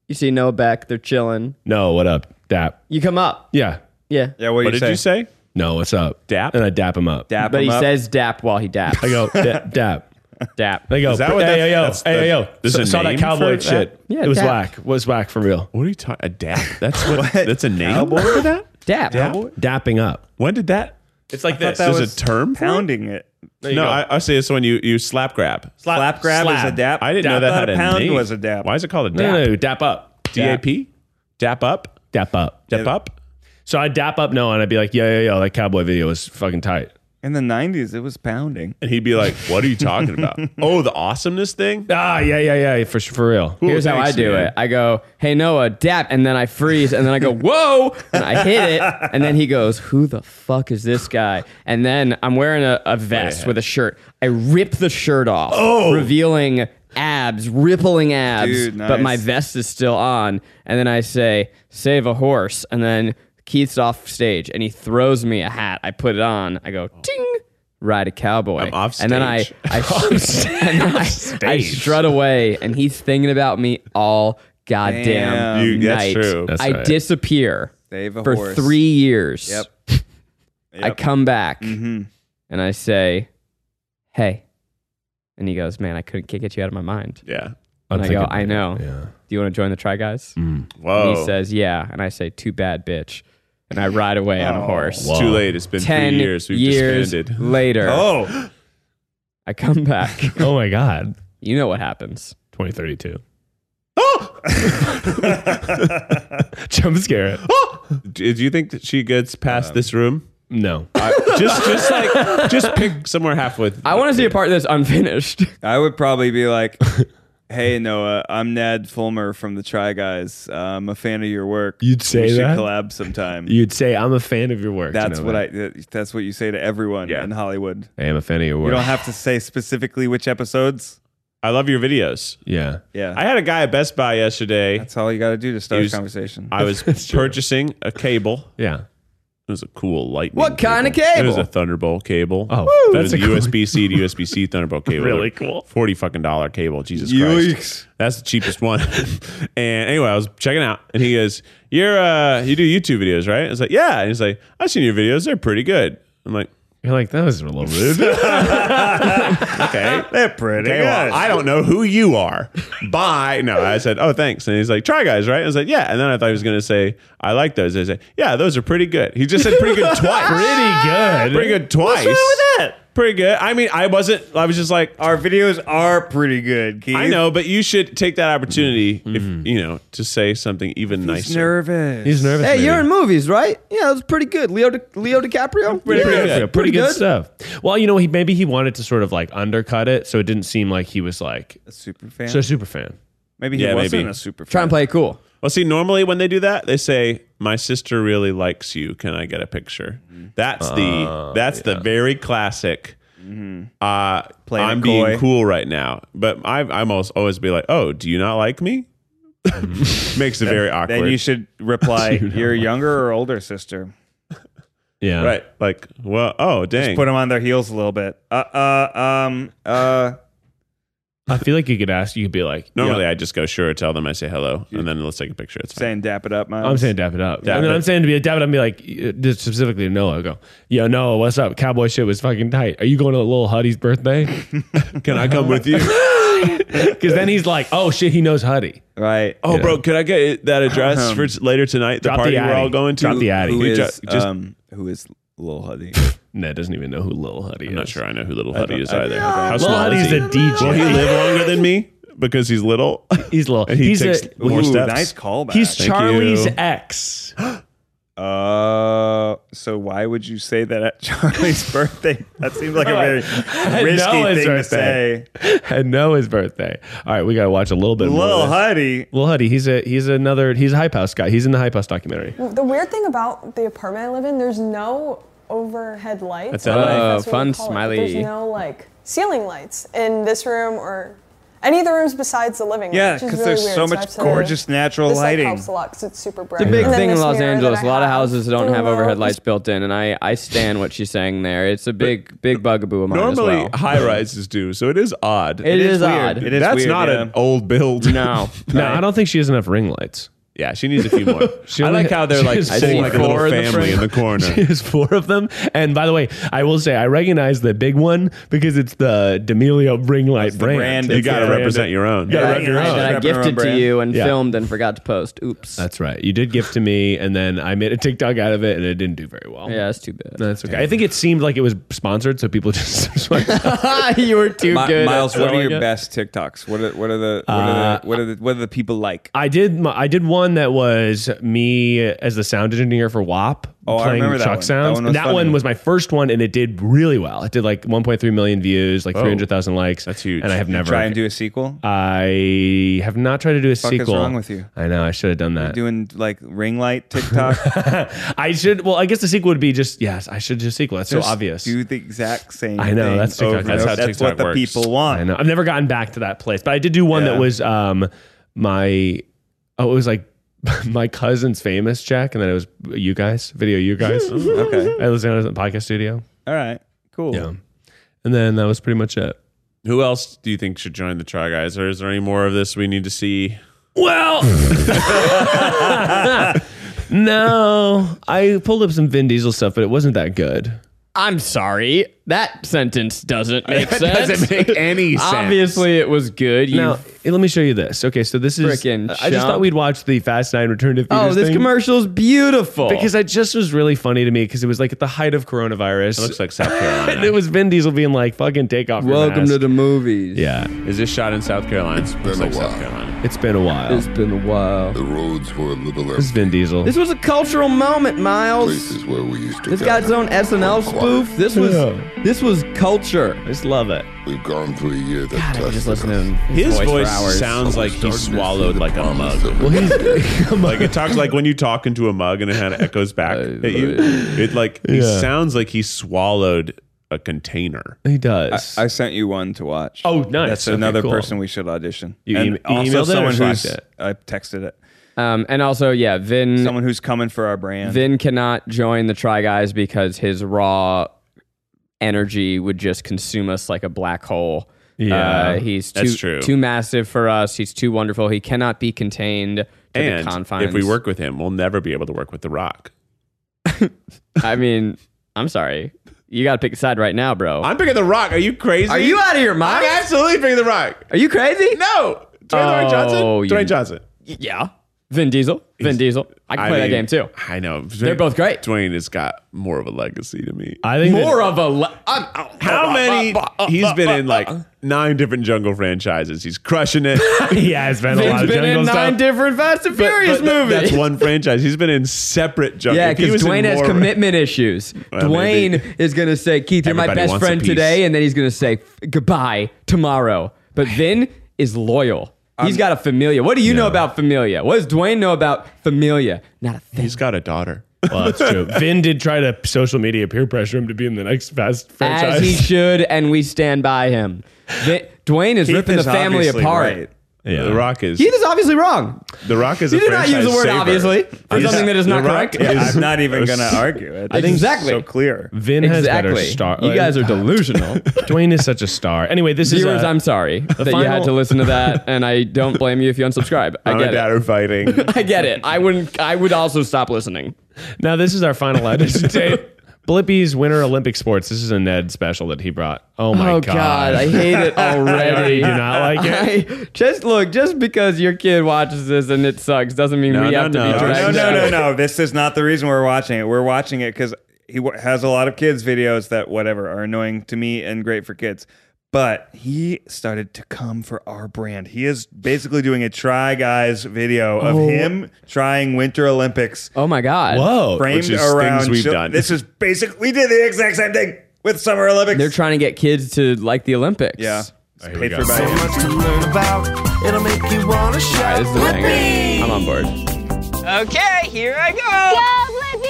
Speaker 3: You see Noah Beck. They're chilling.
Speaker 4: No, what up, Dap?
Speaker 3: You come up.
Speaker 4: Yeah.
Speaker 3: Yeah.
Speaker 2: yeah, what,
Speaker 1: What
Speaker 2: you
Speaker 1: did you say?
Speaker 4: No, what's up?
Speaker 1: Dap?
Speaker 4: And I dap him up.
Speaker 2: Dap
Speaker 3: But he
Speaker 2: him up.
Speaker 3: says dap while he daps.
Speaker 4: I go dap. dap.
Speaker 3: dap.
Speaker 4: They go.
Speaker 1: Is that what
Speaker 4: hey,
Speaker 1: that's-
Speaker 4: yo, yo,
Speaker 1: that's
Speaker 4: hey,
Speaker 1: the-
Speaker 4: yo, yo.
Speaker 1: there's
Speaker 4: Saw-
Speaker 1: a
Speaker 4: saw that
Speaker 1: name
Speaker 4: cowboy
Speaker 1: for that?
Speaker 4: shit.
Speaker 3: Yeah,
Speaker 4: it was
Speaker 3: dap.
Speaker 4: whack. Was whack for real.
Speaker 1: What are you talking? A dap? That's what. that's a name for that.
Speaker 3: Dap.
Speaker 4: Dapping up.
Speaker 1: When did that?
Speaker 4: It's like
Speaker 2: thought
Speaker 4: this.
Speaker 2: that
Speaker 1: There's
Speaker 2: was
Speaker 1: a term for it?
Speaker 2: pounding it.
Speaker 4: There you
Speaker 1: no,
Speaker 4: go.
Speaker 1: I, I say it's when you, you slap grab.
Speaker 2: Slap, grab is a dap.
Speaker 1: I didn't know
Speaker 2: Dap out
Speaker 1: that had
Speaker 2: a
Speaker 1: a
Speaker 2: pound
Speaker 1: name.
Speaker 2: was a dap.
Speaker 1: Why is it called a
Speaker 4: No,
Speaker 1: dap?
Speaker 4: no, no, dap up.
Speaker 1: DAP? Dap up?
Speaker 4: Dap up.
Speaker 1: Dap up?
Speaker 4: So I dap up no, and I'd be like, yo, yo, yo, that cowboy video was fucking tight.
Speaker 2: In the '90s, it was pounding.
Speaker 1: And he'd be like, what are you talking about? oh, the awesomeness thing?
Speaker 4: Ah, yeah, yeah, yeah, for for real.
Speaker 3: Here's how I
Speaker 1: thanks,
Speaker 3: do
Speaker 1: man.
Speaker 3: it. I go, "Hey Noah, dap," and then I freeze, and then I go, "Whoa!" and I hit it, and then he goes, "Who the fuck is this guy?" And then I'm wearing a, a vest with a shirt. I rip the shirt off,
Speaker 1: Oh!
Speaker 3: revealing abs, rippling abs,
Speaker 2: Dude,
Speaker 3: but my
Speaker 2: nice.
Speaker 3: vest is still on. And then I say, "Save a horse," and then Keith's off stage, and he throws me a hat. I put it on. I go, "Ting." Ride a cowboy,
Speaker 1: I'm off
Speaker 3: and then I,
Speaker 1: stage.
Speaker 3: I, and then I, I strut away, and he's thinking about me all goddamn
Speaker 2: Damn.
Speaker 1: You- that's
Speaker 3: night.
Speaker 1: true. That's
Speaker 3: I
Speaker 4: right.
Speaker 3: disappear
Speaker 2: Save a
Speaker 3: for
Speaker 2: horse.
Speaker 3: three years.
Speaker 2: Yep.
Speaker 3: I
Speaker 2: Yep.
Speaker 3: come back
Speaker 2: Mm-hmm.
Speaker 3: and I say, "Hey," and he goes, "Man, I couldn't kick it you out of my mind."
Speaker 1: Yeah.
Speaker 3: And I go, "I know.
Speaker 4: Yeah.
Speaker 3: Do you want to join the Try Guys?"
Speaker 1: Mm. Whoa.
Speaker 2: Oh.
Speaker 3: And he says, "Yeah," and I say, "Too bad, bitch," and I ride away
Speaker 2: Oh.
Speaker 3: on a horse.
Speaker 1: It's too late. It's been
Speaker 3: Ten
Speaker 1: three years. We've
Speaker 3: years
Speaker 1: disbanded.
Speaker 3: later,
Speaker 2: Oh,
Speaker 3: I come back.
Speaker 4: Oh my God.
Speaker 3: you know what happens?
Speaker 4: 2032. Oh! Jump scare it.
Speaker 1: Do do you think that she gets
Speaker 2: Um,
Speaker 1: past this room?
Speaker 4: No.
Speaker 1: just, just like, just pick somewhere halfway.
Speaker 3: I want to see a part that's unfinished.
Speaker 2: I would probably be like, "Hey Noah, I'm Ned Fulmer from the Try Guys. Uh, I'm a fan of your work.
Speaker 4: You'd say
Speaker 2: we should
Speaker 4: that?
Speaker 2: collab sometime.
Speaker 4: You'd say, I'm a fan of your work.
Speaker 2: that's what I. That's what you say to everyone in Hollywood.
Speaker 4: I am a fan of your work.
Speaker 2: You don't have to say specifically which episodes.
Speaker 1: I love your videos.
Speaker 4: yeah.
Speaker 2: Yeah,
Speaker 1: I had a guy at Best Buy yesterday.
Speaker 2: that's all you got to do to start
Speaker 1: Use-
Speaker 2: a conversation.
Speaker 1: I was purchasing a cable.
Speaker 4: Yeah.
Speaker 1: It was a cool lightning.
Speaker 3: What kind of
Speaker 1: It was
Speaker 3: cable?
Speaker 1: a Thunderbolt cable.
Speaker 4: Oh,
Speaker 1: It
Speaker 4: that's
Speaker 1: was a
Speaker 4: a cool-
Speaker 1: USB C to USB C Thunderbolt cable.
Speaker 4: Really cool.
Speaker 1: Forty fucking dollar cable. Jesus
Speaker 2: Yikes.
Speaker 1: Christ. That's the cheapest one. and anyway, I was checking out, and he goes, "You're uh, you do YouTube videos, right?" I was like, "Yeah." And he's like, "I've seen your videos. They're pretty good." I'm like,
Speaker 4: You're like, that was a little rude.
Speaker 1: "Okay."
Speaker 2: They're pretty
Speaker 1: Okay, well, I don't know who you are. Bye. No, I said, oh, thanks. And he's like, try guys, right? I was like, yeah. And then I thought he was going to say, I like those. I said, yeah, those are pretty good. He just said pretty good twice.
Speaker 4: Pretty good.
Speaker 1: Pretty good twice. What's wrong with that? Pretty good. I mean, I wasn't, I was just like,
Speaker 2: Our videos are pretty good. Keith.
Speaker 1: I know, but you should take that opportunity,
Speaker 2: Mm-hmm.
Speaker 1: if you know, to say something even
Speaker 2: He's
Speaker 1: nicer.
Speaker 2: nervous.
Speaker 4: He's nervous.
Speaker 11: Hey,
Speaker 4: maybe.
Speaker 11: you're in movies, right? Yeah, that was pretty good. Leo, Di- Leo DiCaprio.
Speaker 4: Pretty,
Speaker 11: Yeah.
Speaker 4: good. pretty,
Speaker 11: Pretty
Speaker 4: good,
Speaker 11: good.
Speaker 4: stuff. Well, you know, he maybe he wanted to sort of like undercut it, so it didn't seem like he was like
Speaker 2: a super fan.
Speaker 4: so super fan.
Speaker 2: maybe he
Speaker 1: Yeah,
Speaker 2: wasn't
Speaker 1: maybe.
Speaker 2: a super fan.
Speaker 3: Try and play it cool.
Speaker 1: Well, see, normally when they do that, they say, "My sister really likes you. Can I get a picture?"
Speaker 2: Mm-hmm.
Speaker 1: That's
Speaker 2: Oh,
Speaker 1: the that's the very classic. Uh,
Speaker 2: Mm-hmm. Playing it
Speaker 1: I'm being
Speaker 2: coy.
Speaker 1: cool right now, but I I almost always be like, "Oh, do you not like me?" Makes it very awkward.
Speaker 2: Mm-hmm. Then you should reply, your younger or older sister.
Speaker 4: Yeah.
Speaker 1: right? Like, well, oh dang,
Speaker 2: Put them on their heels a little bit. Uh, uh, um, uh.
Speaker 4: I feel like you could ask. You could be like,
Speaker 1: Normally,
Speaker 4: yeah.
Speaker 1: I just go sure, tell them I say hello, and then let's take a picture. It's fine.
Speaker 2: saying dap it up, Miles.
Speaker 4: I'm saying dap it up.
Speaker 1: Dap
Speaker 4: I mean,
Speaker 1: it.
Speaker 4: I'm saying to be a dap it up and be like uh, just specifically to Noah. I go, yo, Noah, what's up? Cowboy shit was fucking tight. Are you going to little Huddy's birthday?
Speaker 1: Can I come with you?
Speaker 4: Because then he's like, oh shit, he knows Huddy.
Speaker 2: right.
Speaker 1: oh, bro, could I get that address for later tonight? Um, The
Speaker 4: Drop the
Speaker 1: party we're
Speaker 4: addy.
Speaker 1: all going to.
Speaker 4: Drop the addy.
Speaker 1: You
Speaker 2: who is
Speaker 1: ju- just,
Speaker 2: um who is Lil Huddy?
Speaker 4: Ned doesn't even know who little Huddy is.
Speaker 1: I'm not sure I know who Little Huddy is
Speaker 2: I-
Speaker 1: either.
Speaker 2: I-
Speaker 1: How
Speaker 4: Lil
Speaker 1: small
Speaker 4: Huddy's
Speaker 1: is he?
Speaker 4: a DJ.
Speaker 1: Will he live longer than me because he's little?
Speaker 4: He's little.
Speaker 1: And he
Speaker 4: he's
Speaker 1: takes
Speaker 4: a,
Speaker 1: more
Speaker 2: Ooh,
Speaker 1: steps.
Speaker 2: nice callback.
Speaker 4: he's
Speaker 1: Thank
Speaker 4: Charlie's
Speaker 1: you.
Speaker 4: ex.
Speaker 2: uh, so why would you say that at Charlie's birthday? That seems like a very risky
Speaker 4: know his
Speaker 2: thing
Speaker 4: birthday.
Speaker 2: to say.
Speaker 4: and Noah's birthday. All right, we gotta watch a little bit. more of
Speaker 2: Lil
Speaker 4: this.
Speaker 2: Huddy.
Speaker 4: Well, Huddy, he's a he's another he's a hype house guy. He's in the hype house documentary.
Speaker 9: The weird thing about the apartment I live in, there's no overhead lights.
Speaker 1: That's
Speaker 9: I don't know if
Speaker 3: LA.
Speaker 9: that's what
Speaker 3: Oh, fun
Speaker 9: you call it, but
Speaker 3: smiley.
Speaker 9: There's no like ceiling lights in this room or any of the rooms besides the living room.
Speaker 2: Yeah,
Speaker 9: which is
Speaker 2: because
Speaker 9: really
Speaker 2: there's
Speaker 9: weird.
Speaker 2: so
Speaker 9: I
Speaker 2: much
Speaker 9: have to-
Speaker 2: gorgeous natural
Speaker 9: this, like,
Speaker 2: lighting.
Speaker 9: helps a lot 'cause it's super bright.
Speaker 3: It's a big
Speaker 9: And then
Speaker 3: thing in
Speaker 9: this
Speaker 3: Los
Speaker 9: mirror that
Speaker 3: Angeles.
Speaker 9: I
Speaker 3: A lot of
Speaker 9: have,
Speaker 3: houses don't
Speaker 9: the
Speaker 3: have overhead
Speaker 9: remote
Speaker 3: lights built in, and I I stand what she's saying there. It's a big big bugaboo of mine
Speaker 1: Normally,
Speaker 3: as well.
Speaker 1: high rises do, so it is odd.
Speaker 3: it is,
Speaker 2: weird.
Speaker 3: odd.
Speaker 2: It is
Speaker 1: That's
Speaker 2: weird,
Speaker 1: not
Speaker 2: yeah.
Speaker 1: an old build.
Speaker 3: no,
Speaker 4: No, I don't think she has enough ring lights.
Speaker 1: Yeah, she needs a few more.
Speaker 4: She
Speaker 1: I
Speaker 4: only
Speaker 1: like
Speaker 4: ha-
Speaker 1: how they're
Speaker 4: she
Speaker 1: like
Speaker 4: has
Speaker 1: sitting
Speaker 4: four
Speaker 1: like a little
Speaker 4: in the
Speaker 1: family in
Speaker 4: frame.
Speaker 1: the corner.
Speaker 4: She has four of them. And by the way, I will say I recognize the big one because it's the D'Amelio ring light
Speaker 2: the
Speaker 4: brand.
Speaker 2: brand.
Speaker 4: It's
Speaker 2: You gotta
Speaker 4: the brand.
Speaker 1: represent your own.
Speaker 4: You gotta represent
Speaker 1: Yeah,
Speaker 4: your
Speaker 2: yeah,
Speaker 4: own.
Speaker 2: yeah.
Speaker 3: that I
Speaker 2: Wrapping around
Speaker 3: gifted to
Speaker 2: brand.
Speaker 3: you and
Speaker 4: Yeah.
Speaker 3: filmed and forgot to post. Oops.
Speaker 4: That's right. You did gift to me, and then I made a TikTok out of it, and it didn't do very well.
Speaker 3: yeah, that's too bad.
Speaker 4: That's okay. I think it seemed like it was sponsored, so people just.
Speaker 3: you were too
Speaker 2: Mi-
Speaker 3: good. at
Speaker 2: Miles, what are
Speaker 3: selling
Speaker 2: your
Speaker 3: it.
Speaker 2: best TikToks? What are what are the what
Speaker 4: Uh,
Speaker 2: are the what are the, what are the people like?
Speaker 4: I did. My, I did one that was me as the sound engineer for WAP
Speaker 2: Oh, I
Speaker 4: playing
Speaker 2: remember that
Speaker 4: Chuck
Speaker 2: one. That one
Speaker 4: sounds.
Speaker 2: was
Speaker 4: and that
Speaker 2: funny.
Speaker 4: one was my first one, and it did really well. It did like 1.3 million views,
Speaker 2: Oh,
Speaker 4: like 300,000 likes.
Speaker 1: That's huge.
Speaker 4: And I have
Speaker 1: You
Speaker 4: never.
Speaker 2: Try and do a sequel.
Speaker 4: Uh, I have not tried to do a
Speaker 2: fuck is
Speaker 4: sequel.
Speaker 2: wrong with you?
Speaker 4: I know. I should have done that.
Speaker 2: Doing like ring light TikTok.
Speaker 4: I should. Well, I guess the sequel would be just yes. I should do a sequel. That's
Speaker 2: Just
Speaker 4: so obvious.
Speaker 2: Do the exact same.
Speaker 4: I know,
Speaker 2: thing
Speaker 4: that's TikTok.
Speaker 2: over and
Speaker 1: That's
Speaker 2: over.
Speaker 1: how
Speaker 2: that's
Speaker 1: TikTok
Speaker 2: what the
Speaker 1: works.
Speaker 2: people want.
Speaker 4: I know. I've never gotten back to that place, but I did do one that
Speaker 2: Yeah.
Speaker 4: was um my oh it was like my cousin's famous check, and then it was you guys video you guys.
Speaker 2: Oh,
Speaker 3: Hmm.
Speaker 2: Okay.
Speaker 4: I was in a podcast studio,
Speaker 2: All right. Cool.
Speaker 4: Yeah. and then that was pretty much it.
Speaker 1: Who else do you think should join the Try Guys? Or is there any more of this we need to see?
Speaker 4: Well, no, I pulled up some Vin Diesel stuff, but it wasn't that good.
Speaker 3: I'm sorry. That sentence doesn't make sense.
Speaker 1: doesn't make any sense.
Speaker 3: Obviously, it was good. You
Speaker 4: Now, let me show you this. Okay, so this is.
Speaker 3: Frickin'
Speaker 4: I just
Speaker 3: chump.
Speaker 4: thought we'd watch the Fast Nine Return to Fetus
Speaker 3: Oh, this
Speaker 4: thing.
Speaker 3: commercial's beautiful.
Speaker 4: because I just was really funny to me because it was like at the height of coronavirus.
Speaker 1: It looks like South
Speaker 4: and it
Speaker 1: Carolina.
Speaker 4: was Vin Diesel being like, "Fucking take off." your mask.
Speaker 3: the movies.
Speaker 4: Yeah,
Speaker 1: is this shot in South Carolina? It looks like South Carolina.
Speaker 4: it's been a while.
Speaker 3: It's been a while.
Speaker 12: The roads were a little
Speaker 4: This is Vin Diesel.
Speaker 3: This was a cultural moment, Miles.
Speaker 12: where we used to
Speaker 3: This got its own SNL spoof. This was
Speaker 4: Yeah.
Speaker 3: this was culture.
Speaker 4: I just love it.
Speaker 12: We've gone through a year that
Speaker 3: God, I could just listen to him.
Speaker 1: His,
Speaker 3: voice,
Speaker 1: voice
Speaker 3: for hours.
Speaker 1: sounds like he swallowed like a mug.
Speaker 12: Well,
Speaker 1: like it talks like when you talk into a mug and it kind of echoes back at you. It like he
Speaker 4: Yeah.
Speaker 1: sounds like he swallowed a container.
Speaker 4: He
Speaker 2: I,
Speaker 4: does.
Speaker 2: I sent you one to watch.
Speaker 4: oh, nice.
Speaker 2: That's
Speaker 4: Okay,
Speaker 2: another
Speaker 4: cool.
Speaker 2: person we should audition.
Speaker 4: You em-
Speaker 2: and
Speaker 4: you emailed
Speaker 2: also
Speaker 4: it or
Speaker 2: someone
Speaker 4: Slacked
Speaker 2: who's
Speaker 4: it?
Speaker 2: I texted it.
Speaker 3: Um, and also, yeah, Vin
Speaker 2: Someone who's coming for our brand.
Speaker 3: Vin cannot join the Try Guys because his raw energy would just consume us like a black hole. Uh,
Speaker 4: Yeah,
Speaker 3: he's too
Speaker 1: that's true.
Speaker 3: too massive for us. He's too wonderful. He cannot be contained to the
Speaker 1: And
Speaker 3: confines.
Speaker 1: if we work with him, we'll never be able to work with The Rock.
Speaker 3: I mean, I'm sorry. You got to pick a side right now, bro.
Speaker 1: I'm picking The Rock. Are you crazy?
Speaker 3: Are you out of your
Speaker 1: I'm
Speaker 3: mind?
Speaker 1: absolutely picking The Rock.
Speaker 3: Are you crazy?
Speaker 1: No, Dwayne
Speaker 3: Oh,
Speaker 1: Johnson.
Speaker 3: you-
Speaker 1: Dwayne Johnson.
Speaker 3: Yeah. Vin Diesel. Vin Diesel. I can play that
Speaker 1: mean,
Speaker 3: game too.
Speaker 1: I know
Speaker 3: They're both great.
Speaker 1: Dwayne has got more of a legacy to me.
Speaker 4: I think
Speaker 3: More
Speaker 4: that-
Speaker 3: of a. Le- I'm, oh,
Speaker 1: How many? He's been in like uh, nine different jungle franchises. He's crushing it.
Speaker 4: yeah, it's been a lot
Speaker 3: Vin's
Speaker 4: of
Speaker 3: been
Speaker 4: jungle
Speaker 3: in
Speaker 4: stuff.
Speaker 3: nine different Fast and Furious
Speaker 1: But th-
Speaker 3: movies.
Speaker 1: That's one franchise. He's been in separate jungle.
Speaker 3: Yeah,
Speaker 1: If he
Speaker 3: because
Speaker 1: was in
Speaker 3: Dwayne has
Speaker 1: more-
Speaker 3: commitment issues. Dwayne
Speaker 1: maybe.
Speaker 3: is going to say, Keith, you're my
Speaker 1: Everybody
Speaker 3: best
Speaker 1: wants a
Speaker 3: friend
Speaker 1: piece.
Speaker 3: today. And then he's going to say, goodbye tomorrow. But Vin is loyal. He's got a familia. What do you know about familia? What does Dwayne know about familia? Not a thing.
Speaker 1: He's got a daughter.
Speaker 4: Well, that's true. Vin did try to social media peer pressure him to be in the next Fast franchise.
Speaker 3: As he should, and we stand by him. Vin, Dwayne is
Speaker 2: Keith
Speaker 3: ripping the
Speaker 2: is
Speaker 3: family
Speaker 2: obviously
Speaker 3: apart.
Speaker 2: right.
Speaker 4: Yeah.
Speaker 1: The Rock is.
Speaker 3: Keith is obviously wrong.
Speaker 1: the Rock is.
Speaker 3: You
Speaker 1: a
Speaker 3: did not use the
Speaker 1: franchise
Speaker 3: word
Speaker 1: saver.
Speaker 3: obviously for
Speaker 1: He's-
Speaker 3: something that is
Speaker 1: The
Speaker 3: not
Speaker 1: Rock
Speaker 3: correct.
Speaker 1: is-
Speaker 2: I'm not even going to argue it. It's
Speaker 3: Exactly.
Speaker 2: So clear.
Speaker 4: Vin has better
Speaker 3: Exactly.
Speaker 4: star.
Speaker 3: You guys are delusional.
Speaker 4: Dwayne is such a star. Anyway, this
Speaker 3: Viewers,
Speaker 4: is. uh,
Speaker 3: I'm sorry that you had
Speaker 4: final-
Speaker 3: to listen to that, and I don't blame you if you unsubscribe. I
Speaker 1: Mom and
Speaker 3: get
Speaker 1: dad
Speaker 3: it.
Speaker 1: are fighting.
Speaker 3: I get it. I wouldn't. I would also stop listening.
Speaker 4: Now this is our final audition tape. Blippi's Winter Olympic Sports. This is a Ned special that he brought. Oh my
Speaker 3: oh
Speaker 4: god.
Speaker 3: God. I hate it
Speaker 4: I already
Speaker 3: already.
Speaker 4: do not like it.
Speaker 3: I- just look, just because your kid watches this and it sucks doesn't mean
Speaker 1: No,
Speaker 3: we
Speaker 1: no,
Speaker 3: have
Speaker 1: no.
Speaker 3: to be dragged.
Speaker 2: No, no,
Speaker 3: down.
Speaker 2: no, no. This is not the reason we're watching it. We're watching it because he w- has a lot of kids' videos that, whatever, are annoying to me and great for kids. But he started to come for our brand. He is basically doing a Try Guys video of him trying Winter Olympics
Speaker 3: Oh my God.
Speaker 4: Whoa.
Speaker 2: framed
Speaker 1: is things
Speaker 2: around.
Speaker 1: we've
Speaker 2: chil-
Speaker 1: done.
Speaker 2: This is basically, we did the exact same thing with Summer Olympics.
Speaker 3: They're trying to get kids to like the Olympics.
Speaker 2: yeah.
Speaker 4: There you
Speaker 2: Paid
Speaker 4: go.
Speaker 2: for by
Speaker 12: much to learn about. It'll make you want to
Speaker 3: All right,
Speaker 12: shout.
Speaker 3: this is the banger. I'm on board. Okay, here I go.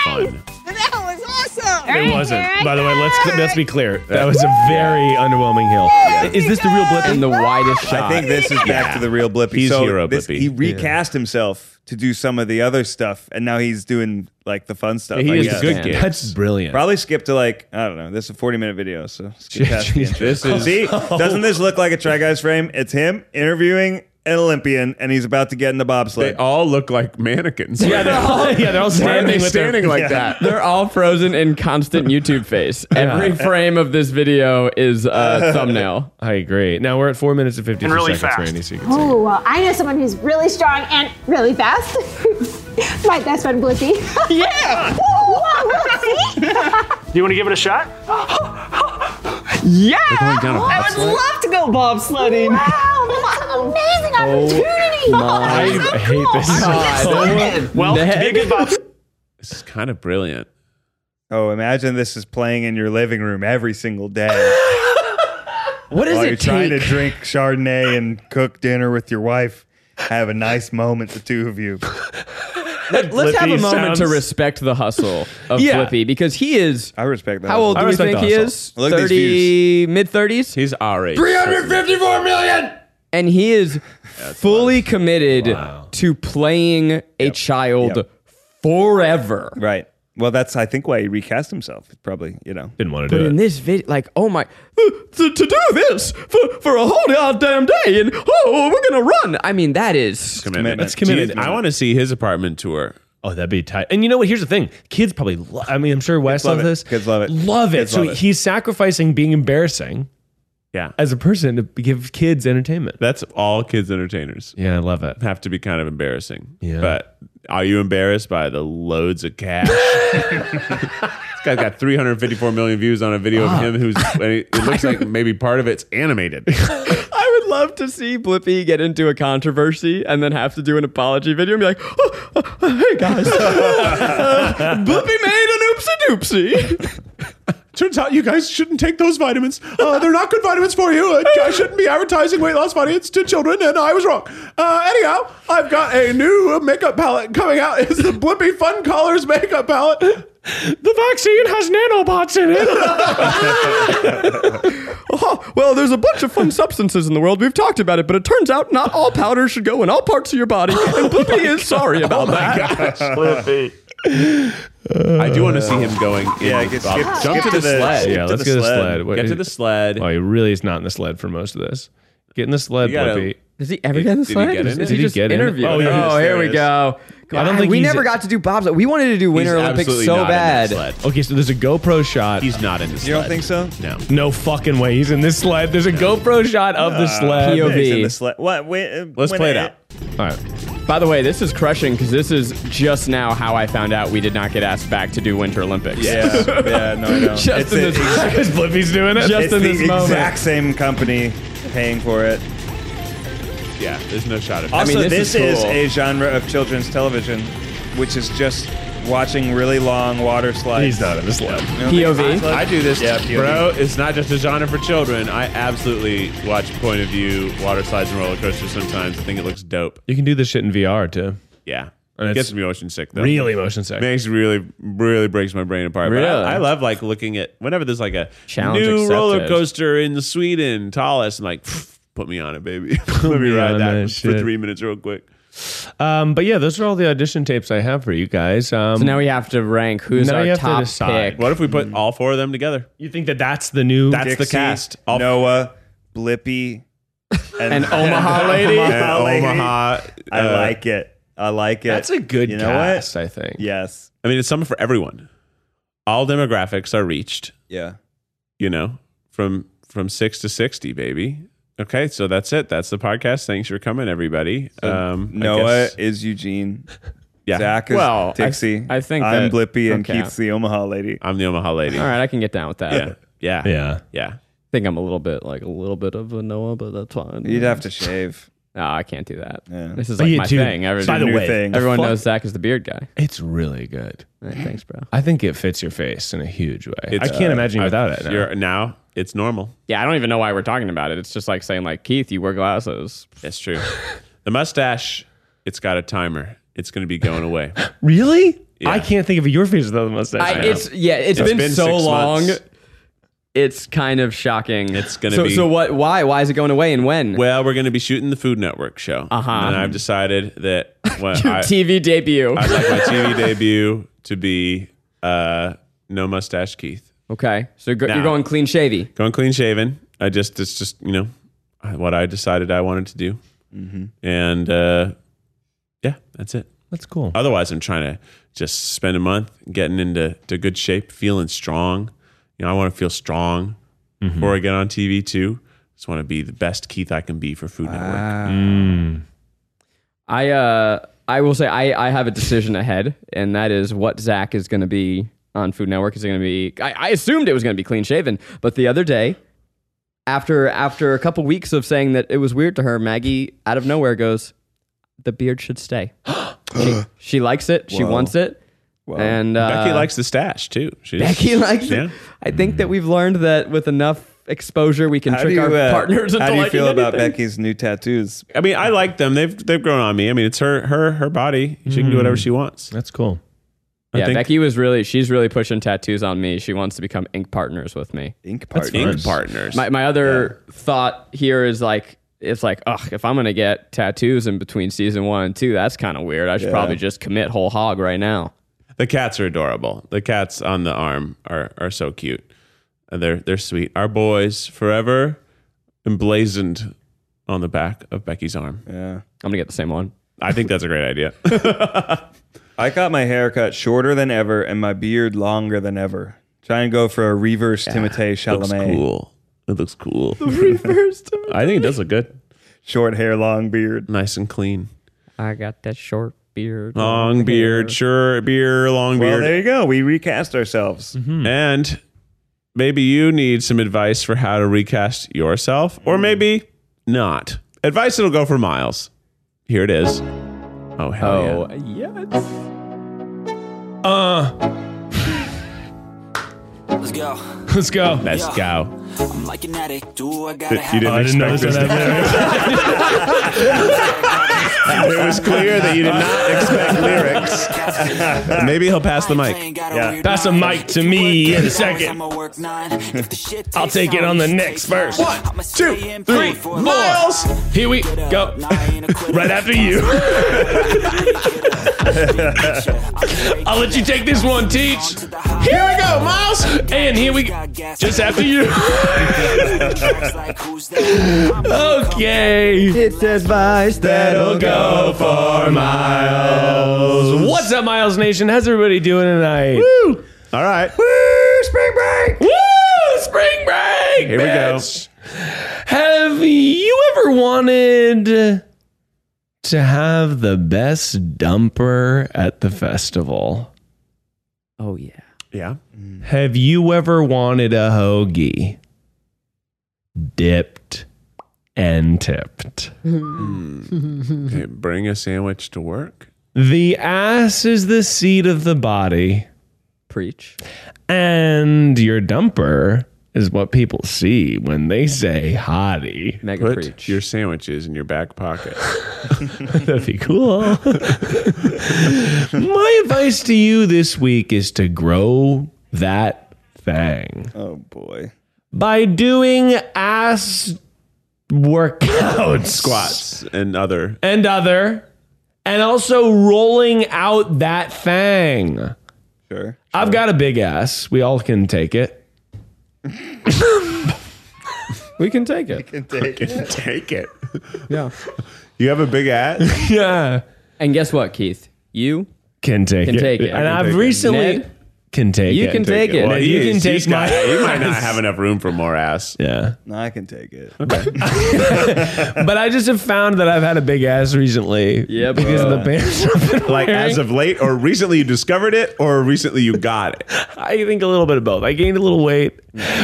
Speaker 1: Not an Olympic sport, but it looks fun.
Speaker 8: That was awesome!
Speaker 4: It wasn't. By the way, let's let's be clear. That was a very underwhelming hill. Is this the real blip
Speaker 3: in the widest shot?
Speaker 2: I think this is back to the real Blippy.
Speaker 1: He's
Speaker 2: so
Speaker 1: hero
Speaker 2: this-
Speaker 1: Blippy.
Speaker 2: He recast himself to do some of the other stuff, and now he's doing like the fun stuff.
Speaker 4: He
Speaker 2: I
Speaker 4: is
Speaker 2: guess.
Speaker 4: the good kid. That's brilliant.
Speaker 2: Probably skip to like I don't know. This is a forty-minute video, so skip past the
Speaker 4: Jeez,
Speaker 2: intro.
Speaker 4: this is-
Speaker 2: see. Doesn't this look like a Try Guys frame? It's him interviewing an Olympian, and he's about to get in the
Speaker 1: They
Speaker 2: bobsled.
Speaker 1: all look like mannequins.
Speaker 4: Yeah, they're all, yeah, they're all
Speaker 1: Why are
Speaker 4: standing
Speaker 1: they
Speaker 4: with their-
Speaker 1: standing like that?
Speaker 3: They're all frozen in constant YouTube face. Every frame of this video is a thumbnail.
Speaker 4: I agree. Now we're at four minutes and fifty
Speaker 5: And really
Speaker 4: seconds,
Speaker 5: fast.
Speaker 4: Randy. So you can
Speaker 13: Oh, well, I know someone who's really strong and really fast. My best friend, Blippi. Yeah!
Speaker 5: Do you want to give it a shot?
Speaker 13: yeah!
Speaker 5: going down a I would bobsled? love
Speaker 13: to go bobsledding. Wow, that's an amazing opportunity.
Speaker 3: Oh,
Speaker 4: I hate this.
Speaker 5: Well, to be a good bob-
Speaker 1: This is kind of brilliant.
Speaker 2: Oh, imagine this is playing in your living room every single day.
Speaker 3: What does
Speaker 2: While
Speaker 3: it
Speaker 2: you're
Speaker 3: take?
Speaker 2: trying to drink Chardonnay and cook dinner with your wife, have a nice moment, the two of you.
Speaker 3: Let, us have a
Speaker 2: Blippi
Speaker 3: moment to
Speaker 2: sounds-
Speaker 3: respect the hustle of
Speaker 4: Yeah.
Speaker 3: Blippi because he is.
Speaker 2: I respect that.
Speaker 3: How old
Speaker 4: I
Speaker 3: do we
Speaker 4: respect
Speaker 3: think
Speaker 4: the
Speaker 3: he
Speaker 4: hustle.
Speaker 3: is?
Speaker 2: Look at these
Speaker 3: Thirty, mid thirties.
Speaker 1: He's our age.
Speaker 3: 354 million and he is fully committed to playing a child
Speaker 2: Yep.
Speaker 3: forever
Speaker 2: Right. Well, that's I think why he recast himself. Probably, you know.
Speaker 4: Didn't want to
Speaker 3: but
Speaker 4: do
Speaker 3: in
Speaker 4: it.
Speaker 3: this video like oh my to, to do this for, for a whole goddamn day and oh we're gonna run i mean that is
Speaker 1: Commitment.
Speaker 2: That's
Speaker 4: committed.
Speaker 1: I want to see his apartment tour.
Speaker 4: Oh, that'd be tight. And you know what? Here's the thing. Kids probably. Lo- I mean, I'm sure Wes
Speaker 2: love
Speaker 4: loves
Speaker 2: it.
Speaker 4: this.
Speaker 2: Kids love it.
Speaker 4: Love it.
Speaker 2: Kids
Speaker 4: So
Speaker 2: love it.
Speaker 4: he's sacrificing being embarrassing
Speaker 1: Yeah.
Speaker 4: as a person to give kids entertainment.
Speaker 1: That's all kids entertainers
Speaker 4: Yeah, I love it.
Speaker 1: have to be kind of embarrassing.
Speaker 4: Yeah.
Speaker 1: But are you embarrassed by the loads of cash? this guy's got 354 million views on a video of him who's, and it it looks like maybe part of it's animated.
Speaker 3: I would love to see Blippi get into a controversy and then have to do an apology video and be like, "Oh, oh, oh, "Hey guys, Blippi made an oopsie doopsie."
Speaker 1: Turns out you guys shouldn't take those vitamins. Uh, they're not good vitamins for you. Uh, I shouldn't be advertising weight loss vitamins to children, and I was wrong. Uh, anyhow, I've got a new makeup palette coming out. It's the Blippy Fun Colors makeup palette.
Speaker 4: The vaccine has nanobots in it.
Speaker 3: Oh, well, there's a bunch of fun substances in the world. We've talked about it, but it turns out not all powder should go in all parts of your body. And Blippi is sorry about
Speaker 1: Oh
Speaker 3: that.
Speaker 5: Slippy.
Speaker 1: I do want to see him going. In
Speaker 2: Yeah,
Speaker 1: the
Speaker 2: get,
Speaker 1: bob-
Speaker 2: skip,
Speaker 1: jump
Speaker 2: skip
Speaker 1: to the
Speaker 2: sled. Skip to
Speaker 4: yeah, let's get a sled. What-
Speaker 1: Get to the sled.
Speaker 4: Oh, he really is not in the sled for most of this. Get in the sled,
Speaker 1: You gotta-
Speaker 4: Blippi.
Speaker 3: Does he ever get in the
Speaker 1: Did he
Speaker 3: slide?
Speaker 1: get in
Speaker 3: Is
Speaker 1: it?
Speaker 3: he,
Speaker 4: Did he
Speaker 3: just
Speaker 4: get in it?
Speaker 3: interviewed?
Speaker 4: Oh, yeah,
Speaker 3: oh
Speaker 2: there
Speaker 3: here we
Speaker 2: it is.
Speaker 3: go. God,
Speaker 4: I don't think
Speaker 3: we
Speaker 4: he's-
Speaker 3: never got to do bobsled. We wanted to do Winter
Speaker 1: He's
Speaker 3: Olympics
Speaker 1: absolutely
Speaker 3: so
Speaker 1: not in the
Speaker 3: bad.
Speaker 1: sled.
Speaker 4: Okay, so there's a GoPro shot.
Speaker 1: He's not in the sled.
Speaker 2: You don't think so?
Speaker 1: No.
Speaker 4: no fucking way. He's in this sled. There's a GoPro shot of the sled.
Speaker 3: POV.
Speaker 2: Uh, He's in the sled. What? Wait, uh,
Speaker 1: Let's
Speaker 2: when
Speaker 1: play it
Speaker 2: I-
Speaker 1: out.
Speaker 4: All right.
Speaker 3: By the way, this is crushing because this is just now how I found out we did not get asked back to do Winter Olympics.
Speaker 2: Yeah, yeah, no, I know.
Speaker 3: Just
Speaker 2: It's
Speaker 3: in
Speaker 2: the-
Speaker 3: this-
Speaker 2: it's-
Speaker 4: Because Blippi's doing it.
Speaker 3: Just
Speaker 2: it's
Speaker 3: in
Speaker 2: the
Speaker 3: this moment.
Speaker 2: exact same company paying for it.
Speaker 1: Yeah, there's no shot of him.
Speaker 2: Also,
Speaker 3: mean,
Speaker 2: this,
Speaker 3: this
Speaker 2: is,
Speaker 3: is cool.
Speaker 2: a genre of children's television, which is just watching really long water slides.
Speaker 4: He's not in the sled.
Speaker 3: POV.
Speaker 1: I do this,
Speaker 2: Yeah, POV.
Speaker 1: bro. It's not just a genre for children. I absolutely watch point of view water slides and roller coasters sometimes. I think it looks dope.
Speaker 4: You can do this shit in VR too.
Speaker 1: Yeah,
Speaker 4: And
Speaker 1: it
Speaker 4: it's
Speaker 1: gets me motion sick though.
Speaker 4: Really motion sick.
Speaker 1: makes really really breaks my brain apart. But
Speaker 3: Really?
Speaker 1: I, I love like looking at whenever there's like a
Speaker 3: Challenge
Speaker 1: new
Speaker 3: accepted.
Speaker 1: roller coaster in Sweden, tallest, and like put me on it, baby. Let me
Speaker 4: me
Speaker 1: ride
Speaker 4: on
Speaker 1: that
Speaker 4: that
Speaker 1: one for
Speaker 4: shit.
Speaker 1: three minutes real quick.
Speaker 4: Um, but yeah, those are all the audition tapes I have for you guys. Um,
Speaker 3: So now we have to rank who's
Speaker 4: Now
Speaker 3: our
Speaker 4: you have to
Speaker 3: top
Speaker 4: decide.
Speaker 3: pick.
Speaker 1: What if we put all four of them together?
Speaker 4: you think that that's the new?
Speaker 1: That's the
Speaker 2: Dixie,
Speaker 1: cast. All
Speaker 2: Noah, Blippy, and,
Speaker 3: And Omaha Lady.
Speaker 1: and
Speaker 2: Omaha Lady.
Speaker 1: Omaha.
Speaker 2: I
Speaker 1: uh,
Speaker 2: like it. I like it.
Speaker 4: that's a good
Speaker 2: You know
Speaker 4: cast,
Speaker 2: what?
Speaker 4: I think.
Speaker 2: Yes.
Speaker 1: I mean, it's something for everyone. All demographics are reached.
Speaker 2: Yeah.
Speaker 1: You know, from from six to sixty, baby. Okay, so that's it. That's the podcast. Thanks for coming, everybody. Um, I
Speaker 2: Noah
Speaker 1: guess-
Speaker 2: is Eugene.
Speaker 1: Yeah.
Speaker 2: Zach is
Speaker 3: Well, I-
Speaker 2: Dixie.
Speaker 3: I think
Speaker 2: I'm
Speaker 3: that-
Speaker 2: Blippy and
Speaker 3: okay.
Speaker 2: Keith's the Omaha Lady.
Speaker 1: I'm the Omaha lady.
Speaker 3: All right, I can get down with that.
Speaker 1: Yeah. Yeah.
Speaker 4: Yeah.
Speaker 1: Yeah.
Speaker 3: I think I'm a little bit like a little bit of a Noah, but that's fine.
Speaker 2: You'd have to shave.
Speaker 3: No, I can't do that.
Speaker 2: Yeah.
Speaker 3: This is
Speaker 4: But
Speaker 3: like
Speaker 4: you
Speaker 3: my
Speaker 4: do-
Speaker 3: thing. Every-
Speaker 4: By the
Speaker 2: New
Speaker 4: way,
Speaker 2: thing.
Speaker 3: everyone
Speaker 4: fuck-
Speaker 3: knows Zach is the beard guy.
Speaker 4: It's really good.
Speaker 3: All right, thanks, bro.
Speaker 4: I think it fits your face in a huge way.
Speaker 1: It's- uh,
Speaker 4: I can't imagine you
Speaker 1: I-
Speaker 4: without it. now.
Speaker 1: You're, now it's normal.
Speaker 3: Yeah, I don't even know why we're talking about it. It's just like saying like Keith, you wear glasses.
Speaker 1: That's true. the mustache, it's got a timer. It's going to be going away.
Speaker 4: Really? I can't think of your face without the mustache.
Speaker 3: I,
Speaker 4: now.
Speaker 3: it's yeah. it's been, so
Speaker 4: six
Speaker 3: long.
Speaker 4: months.
Speaker 3: It's kind of shocking. It's
Speaker 1: gonna
Speaker 3: so,
Speaker 1: be-
Speaker 3: So what? Why? Why is it going away? And when?
Speaker 1: Well, we're going to be shooting the Food Network show. Uh-huh. And I've decided that well,
Speaker 3: Your
Speaker 1: I,
Speaker 3: TV debut.
Speaker 1: I'd like my TV debut to be uh, No Mustache Keith.
Speaker 3: okay. So you're, go- you're going clean shavy.
Speaker 1: Going clean shaven. I just, it's just, you know, I- what I decided I wanted to do.
Speaker 3: Mhm.
Speaker 1: And uh, yeah, that's it.
Speaker 4: That's cool.
Speaker 1: Otherwise, I'm trying to just spend a month getting into to good shape, feeling strong. You know, I want to feel strong before I get on TV too. Just want to be the best Keith I can be for Food Network.
Speaker 3: I uh I will say I I have a decision ahead, and that is what Zach is going to be on Food Network. Is going to be I, I assumed it was going to be clean shaven, but the other day, after after a couple weeks of saying that it was weird to her, Maggie out of nowhere goes, "The beard should stay." she, she likes it. She
Speaker 1: Whoa.
Speaker 3: wants it. And uh,
Speaker 1: Becky likes the stash too. She's,
Speaker 3: Becky likes
Speaker 1: yeah.
Speaker 3: it. I think that we've learned that with enough exposure, we can
Speaker 1: How
Speaker 3: trick
Speaker 1: do
Speaker 3: our
Speaker 1: you, uh,
Speaker 3: partners into
Speaker 1: how do you
Speaker 3: liking
Speaker 1: feel about
Speaker 3: anything.
Speaker 2: Becky's new tattoos.
Speaker 1: I mean, I like them. They've they've grown on me. I mean, it's her her her body. She can do whatever she wants.
Speaker 4: That's cool.
Speaker 1: I
Speaker 3: yeah,
Speaker 1: think-
Speaker 3: Becky was really she's really pushing tattoos on me. She wants to become ink partners with me.
Speaker 2: Ink
Speaker 1: That's partners. ink partners.
Speaker 3: My my other thought here is like it's like, ugh, if I'm gonna get tattoos in between season one and two, that's kind of weird. I should
Speaker 1: Yeah.
Speaker 3: probably just commit whole hog right now.
Speaker 1: The cats are adorable. The cats on the arm are are so cute. And they're they're sweet. Our boys forever emblazoned on the back of Becky's arm.
Speaker 2: Yeah. I'm
Speaker 3: gonna get the same one.
Speaker 1: I think that's a great idea.
Speaker 2: I got my haircut shorter than ever and my beard longer than ever. Try and go for a reverse Timothée Chalamet.
Speaker 1: looks cool. It looks cool. I think it does look good.
Speaker 2: Short hair, long beard.
Speaker 1: Nice and clean.
Speaker 3: I got that short beard.
Speaker 1: Long beard, sure beer, long
Speaker 2: Well, Hmm.
Speaker 1: beard. Mm-hmm.
Speaker 2: there you go. We recast ourselves.
Speaker 1: And maybe you need some advice for how to recast yourself,
Speaker 2: Hmm.
Speaker 1: or maybe not. Advice that'll go for miles. Here it is. Oh, hell
Speaker 3: Oh,
Speaker 1: yeah.
Speaker 3: yes.
Speaker 4: Uh,
Speaker 14: Let's go.
Speaker 4: let's go.
Speaker 1: Let's go.
Speaker 14: I'm like an addict. Do I gotta
Speaker 1: You
Speaker 14: have
Speaker 1: didn't I didn't expect notice this It was clear that you did not expect lyrics. Maybe he'll pass the mic.
Speaker 4: Yeah. Pass a mic to me in a second. I'll take it on the next verse. One, two, three, miles. Here we go. right after you. I'll let you take this one, teach. Here we go, Miles. And here we go. Just after you. okay.
Speaker 3: It's advice
Speaker 4: that'll go for miles. What's up, Miles Nation? How's everybody doing tonight? Woo!
Speaker 1: All right.
Speaker 4: Woo! Spring break! Woo! Spring break!
Speaker 1: Here we go.
Speaker 4: go. Have you ever wanted to have the best dumper at the festival?
Speaker 3: Oh yeah.
Speaker 1: Yeah.
Speaker 4: Have you ever wanted a hoagie? Dipped and tipped.
Speaker 1: Okay, bring a sandwich to work.
Speaker 4: The ass is the seat of the body.
Speaker 3: Preach.
Speaker 4: And your dumper is what people see when they say hottie.
Speaker 3: Mega
Speaker 1: Put
Speaker 3: preach.
Speaker 1: your sandwiches in your back pocket.
Speaker 4: That'd be cool. My advice to you this week is to grow that thing
Speaker 2: Oh, boy.
Speaker 4: by doing ass workouts,
Speaker 1: Squats and other.
Speaker 4: and other, and also rolling out that thing.
Speaker 2: Sure.
Speaker 4: I've got a big ass. We all can take it.
Speaker 3: we can take it.
Speaker 2: Can take
Speaker 1: Fucking Take it.
Speaker 3: Yeah.
Speaker 1: You have a big ass?
Speaker 4: yeah.
Speaker 3: And guess what, Keith? You
Speaker 4: Can take
Speaker 3: Can
Speaker 4: it.
Speaker 3: take it.
Speaker 4: And
Speaker 3: Can
Speaker 4: I've
Speaker 3: take it.
Speaker 4: recently
Speaker 3: Ned?
Speaker 4: can take
Speaker 3: You
Speaker 4: it.
Speaker 3: can take it.
Speaker 1: Well,
Speaker 4: Ned, you
Speaker 1: he's-
Speaker 4: can
Speaker 1: he's
Speaker 4: take my.
Speaker 1: got- You might not have enough room for more ass.
Speaker 4: Yeah.
Speaker 2: No, I can take it.
Speaker 4: but I just have found that I've had a big ass recently. Yeah, because of the pants. I've been
Speaker 1: Like
Speaker 4: wearing.
Speaker 1: as of late, or recently you discovered it, or recently you got it.
Speaker 4: I think a little bit of both. I gained a little weight,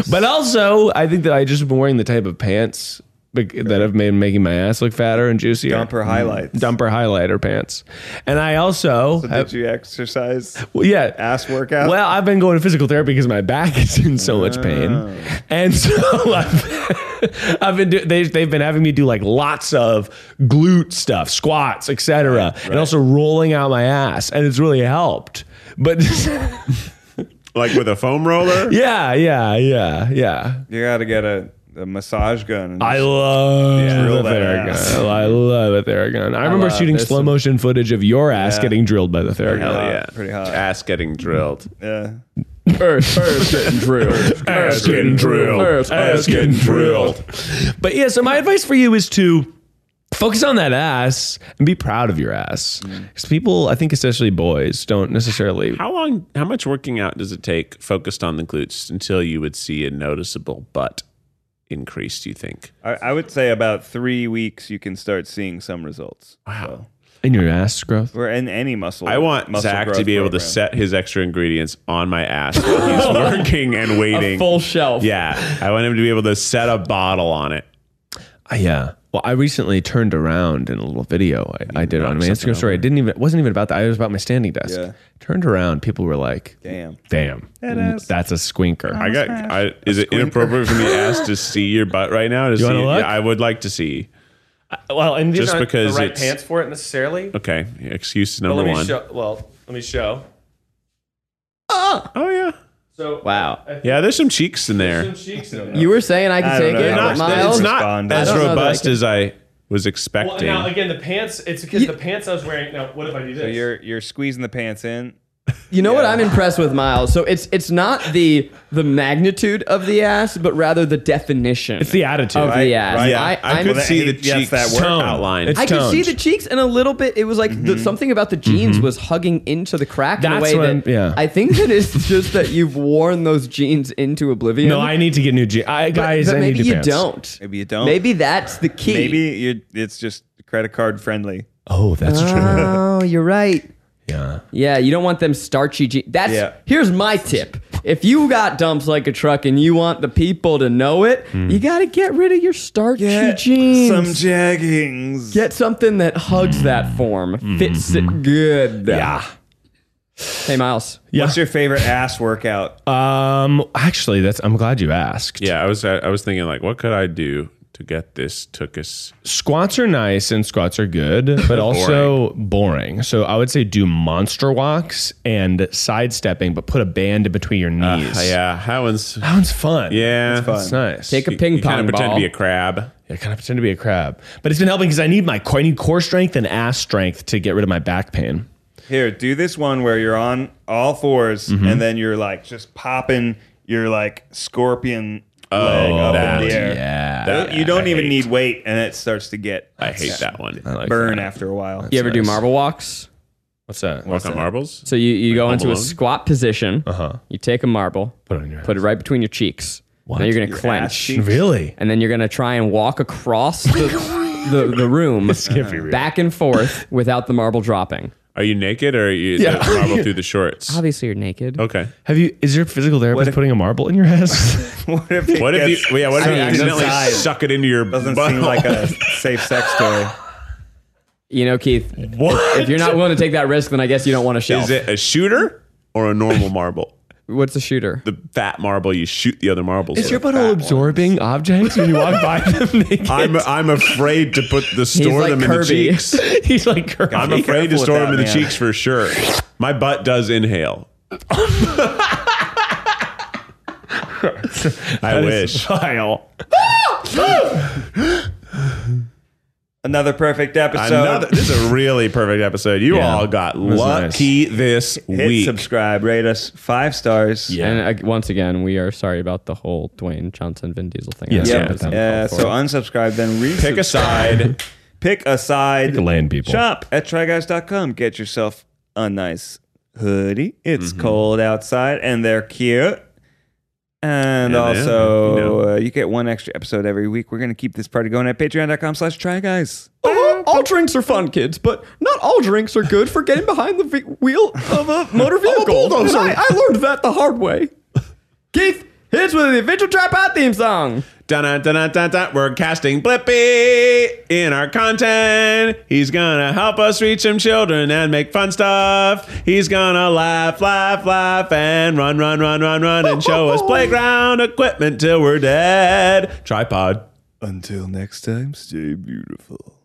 Speaker 4: but also I think that I just been wearing the type of pants bec- that have made making my ass look fatter and juicier.
Speaker 3: Mm.
Speaker 2: Dumper highlights.
Speaker 4: Dumper highlighter pants, and I also
Speaker 2: So
Speaker 4: have-
Speaker 2: did you exercise?
Speaker 4: Well, yeah.
Speaker 2: Ass workout?
Speaker 4: Well, I've been going to physical therapy because my back is in so much pain, and so I've, I've been do, they they've been having me do like lots of glute stuff, squats, etc., and also rolling out my ass, and it's really helped. but
Speaker 1: like with a foam roller.
Speaker 4: yeah, yeah, yeah, yeah.
Speaker 2: You got to get a, a massage gun. and
Speaker 4: I
Speaker 2: just-
Speaker 4: love
Speaker 2: drill
Speaker 4: the
Speaker 2: that ass.
Speaker 4: Theragun. I love the Theragun. I remember
Speaker 2: love
Speaker 4: shooting
Speaker 2: this
Speaker 4: slow
Speaker 2: one.
Speaker 4: motion footage of your ass
Speaker 2: Yeah.
Speaker 4: getting drilled by the Theragun.
Speaker 1: Hell yeah.
Speaker 2: Pretty hot.
Speaker 1: Ass getting drilled.
Speaker 2: Yeah.
Speaker 4: Earth, earth getting drilled.
Speaker 1: Ass getting drilled. Ass getting drilled.
Speaker 4: But yeah, so my advice for you is to focus on that ass and be proud of your ass.
Speaker 2: Mm.
Speaker 4: Because people, I think especially boys, don't necessarily.
Speaker 1: How long? How much working out does it take focused on the glutes until you would see a noticeable butt increase? Do you think?
Speaker 2: I, I would say about three weeks you can start seeing some results. Wow.
Speaker 4: in your ass growth.
Speaker 2: or in any muscle.
Speaker 1: I want
Speaker 2: muscle
Speaker 1: Zach to
Speaker 2: growth
Speaker 1: be able to
Speaker 2: program.
Speaker 1: set his extra ingredients on my ass while he's working and waiting.
Speaker 4: full shelf.
Speaker 1: Yeah, I want him to be able to set a bottle on it.
Speaker 4: Uh, Yeah. Well, I recently turned around in a little video I, I did on my Instagram story. I didn't even it wasn't even about that. I was about my standing desk.
Speaker 2: Yeah.
Speaker 4: Turned around, people were like,
Speaker 2: Damn.
Speaker 4: "Damn, that's a squinker."
Speaker 1: I got. I, is it inappropriate for me to ask to see your butt right now? To
Speaker 4: You
Speaker 1: see,
Speaker 4: wanna look?
Speaker 1: Yeah, I would like to see.
Speaker 4: well, and
Speaker 1: these Just aren't the because right it's- pants
Speaker 4: for it necessarily.
Speaker 1: Okay, excuse number one.
Speaker 4: Well, let me show.
Speaker 1: Oh yeah.
Speaker 4: So
Speaker 3: wow,
Speaker 1: Yeah, there's some cheeks in there.
Speaker 3: you were saying I could
Speaker 2: I don't
Speaker 3: take
Speaker 2: know.
Speaker 3: it,
Speaker 2: They're
Speaker 3: but
Speaker 2: not-
Speaker 3: Miles.
Speaker 1: It's
Speaker 2: I'll
Speaker 1: not
Speaker 2: respond.
Speaker 1: as
Speaker 3: I don't know that I
Speaker 1: robust
Speaker 3: can-
Speaker 1: as I was expecting.
Speaker 4: again, the pants. It's because the pants I was wearing. Now, what if I do this?
Speaker 2: So you're you're squeezing the pants in.
Speaker 3: You know what I'm impressed with, Miles. So it's it's not the the magnitude of the ass, but rather the definition.
Speaker 4: it's the attitude.
Speaker 3: of
Speaker 4: Right?
Speaker 3: the ass.
Speaker 2: right.
Speaker 1: yeah, Oh, I,
Speaker 3: I'm-
Speaker 1: could
Speaker 2: Well,
Speaker 1: see the
Speaker 2: that- yes,
Speaker 1: cheeks
Speaker 2: that worked.
Speaker 4: Tone.
Speaker 1: outline.
Speaker 4: It's
Speaker 3: I could see
Speaker 4: toned. Mm-hmm.
Speaker 3: the cheeks and a little bit. It was like the, something about the jeans was hugging into the crack in a
Speaker 4: That's
Speaker 3: way
Speaker 4: what I'm-
Speaker 3: that
Speaker 4: yeah.
Speaker 3: I think that it's just that you've worn those jeans into oblivion.
Speaker 4: No, I need to get new jeans. I
Speaker 3: But-
Speaker 4: guys,
Speaker 3: but
Speaker 4: I
Speaker 3: maybe
Speaker 4: need new
Speaker 3: you
Speaker 4: pants.
Speaker 3: don't.
Speaker 2: Maybe you don't.
Speaker 3: Maybe that's the key.
Speaker 2: Maybe you it's just credit card friendly.
Speaker 4: Oh, that's true.
Speaker 3: Oh, you're right.
Speaker 4: Yeah.
Speaker 3: Yeah, you don't want them starchy jeans. That's
Speaker 2: Yeah.
Speaker 3: here's my tip. If you got dumps like a truck and you want the people to know it, you got to get rid of your starchy jeans.
Speaker 2: Some jeggings.
Speaker 3: Get something that hugs that form, fits it good.
Speaker 4: Yeah.
Speaker 3: Hey, Miles.
Speaker 2: What's your favorite ass workout?
Speaker 4: Um. Actually, that's. I'm glad you asked.
Speaker 1: Yeah, I was I was thinking like, what could I do to get this tookus?
Speaker 4: squats are nice and squats are good, but also boring. So I would say do monster walks and sidestepping, but put a band in between your
Speaker 3: Ah,
Speaker 4: knees.
Speaker 1: Uh, yeah, that one's
Speaker 4: That one's fun.
Speaker 1: yeah.
Speaker 4: It's nice.
Speaker 3: Take a
Speaker 1: You-
Speaker 3: ping
Speaker 1: you kinda
Speaker 3: pong
Speaker 1: pretend
Speaker 3: ball.
Speaker 1: to be a crab.
Speaker 4: I kind of pretend to be a crab, but it's been helping because I need my I need core strength and ass strength to get rid of my back pain.
Speaker 2: Here, do this one where you're on all 4s
Speaker 1: Mm-hmm.
Speaker 2: and then you're like just popping your like scorpion leg up
Speaker 1: Oh, that,
Speaker 2: in the air.
Speaker 4: yeah.
Speaker 1: That
Speaker 2: you don't
Speaker 1: I
Speaker 2: even
Speaker 1: hate.
Speaker 2: need weight, and it starts to get
Speaker 1: I hate that one.
Speaker 4: like
Speaker 2: burn
Speaker 4: that.
Speaker 2: after a while.
Speaker 3: You ever do marble walks?
Speaker 4: What's that?
Speaker 1: Walk on marbles.
Speaker 3: So you, you go
Speaker 1: Home
Speaker 3: into a
Speaker 1: Alone?
Speaker 3: squat position. Uh-huh. You take a marble,
Speaker 4: Put it on your
Speaker 3: put it right between your cheeks. What? Then you're gonna clench,
Speaker 2: cheeks?
Speaker 4: Really?
Speaker 3: and then you're gonna try and walk across the the, the room
Speaker 4: can't be real.
Speaker 3: back and forth without the marble dropping.
Speaker 1: Are you naked or are you yeah. marble through the shorts?
Speaker 3: Obviously, you're naked.
Speaker 1: Okay.
Speaker 4: Have you? Is your physical therapist putting a marble in your ass?
Speaker 2: What if it
Speaker 1: What if you?
Speaker 2: gets-
Speaker 1: well, Yeah. What if you
Speaker 2: mean,
Speaker 1: accidentally
Speaker 2: inside.
Speaker 1: suck it into your
Speaker 2: Doesn't
Speaker 1: butt?
Speaker 2: seem like a safe sex toy.
Speaker 3: You know, Keith,
Speaker 1: what?
Speaker 3: if you're not willing to take that risk, then I guess you don't want to shelf.
Speaker 1: Is it a shooter or a normal marble?
Speaker 3: What's a shooter?
Speaker 1: The fat marble you shoot the other marbles.
Speaker 4: Is your
Speaker 1: with.
Speaker 4: butthole absorbing objects when you walk by them naked?
Speaker 1: I'm I'm afraid to put the store
Speaker 3: like
Speaker 1: them in the
Speaker 3: Kirby.
Speaker 1: cheeks.
Speaker 4: He's like, Kirby.
Speaker 1: I'm afraid to
Speaker 2: careful with
Speaker 1: store them in
Speaker 2: that,
Speaker 1: the
Speaker 2: man.
Speaker 1: cheeks for sure. My butt does inhale. I wish.
Speaker 4: Vile.
Speaker 2: Another perfect episode.
Speaker 1: Another, this is a really perfect episode. You
Speaker 4: Yeah.
Speaker 1: all got
Speaker 4: was
Speaker 1: lucky this
Speaker 2: Hit
Speaker 1: week.
Speaker 2: subscribe, rate us five stars.
Speaker 3: And uh, once again, we are sorry about the whole Dwayne Johnson Vin Diesel thing.
Speaker 4: Yes,
Speaker 3: I
Speaker 4: Yeah.
Speaker 2: Yeah.
Speaker 3: apologize.
Speaker 2: yeah. So unsubscribe, then resubscribe.
Speaker 1: Pick a side.
Speaker 2: Pick a side.
Speaker 4: Pick a lane, people.
Speaker 2: Shop at tryguys.com. Get yourself a nice hoodie. It's
Speaker 1: Mm-hmm.
Speaker 2: cold outside, and they're cute. And
Speaker 1: Yeah, they
Speaker 2: also,
Speaker 1: are, you know.
Speaker 2: uh, you get one extra episode every week. We're going to keep this party going at patreon.com slash tryguys.
Speaker 3: All, uh, all drinks are fun, kids, but not all drinks are good for getting behind the ve- wheel of a motor vehicle. And I, I learned that the hard way. Keith, here's with the Adventure Dropout theme song.
Speaker 1: Dun, dun, dun, dun, dun. We're casting Blippi in our content. He's gonna help us reach some children and make fun stuff. He's gonna laugh, laugh, laugh, and run, run, run, run, run, and show us playground equipment till we're dead. Tripod.
Speaker 2: Until next time, stay beautiful.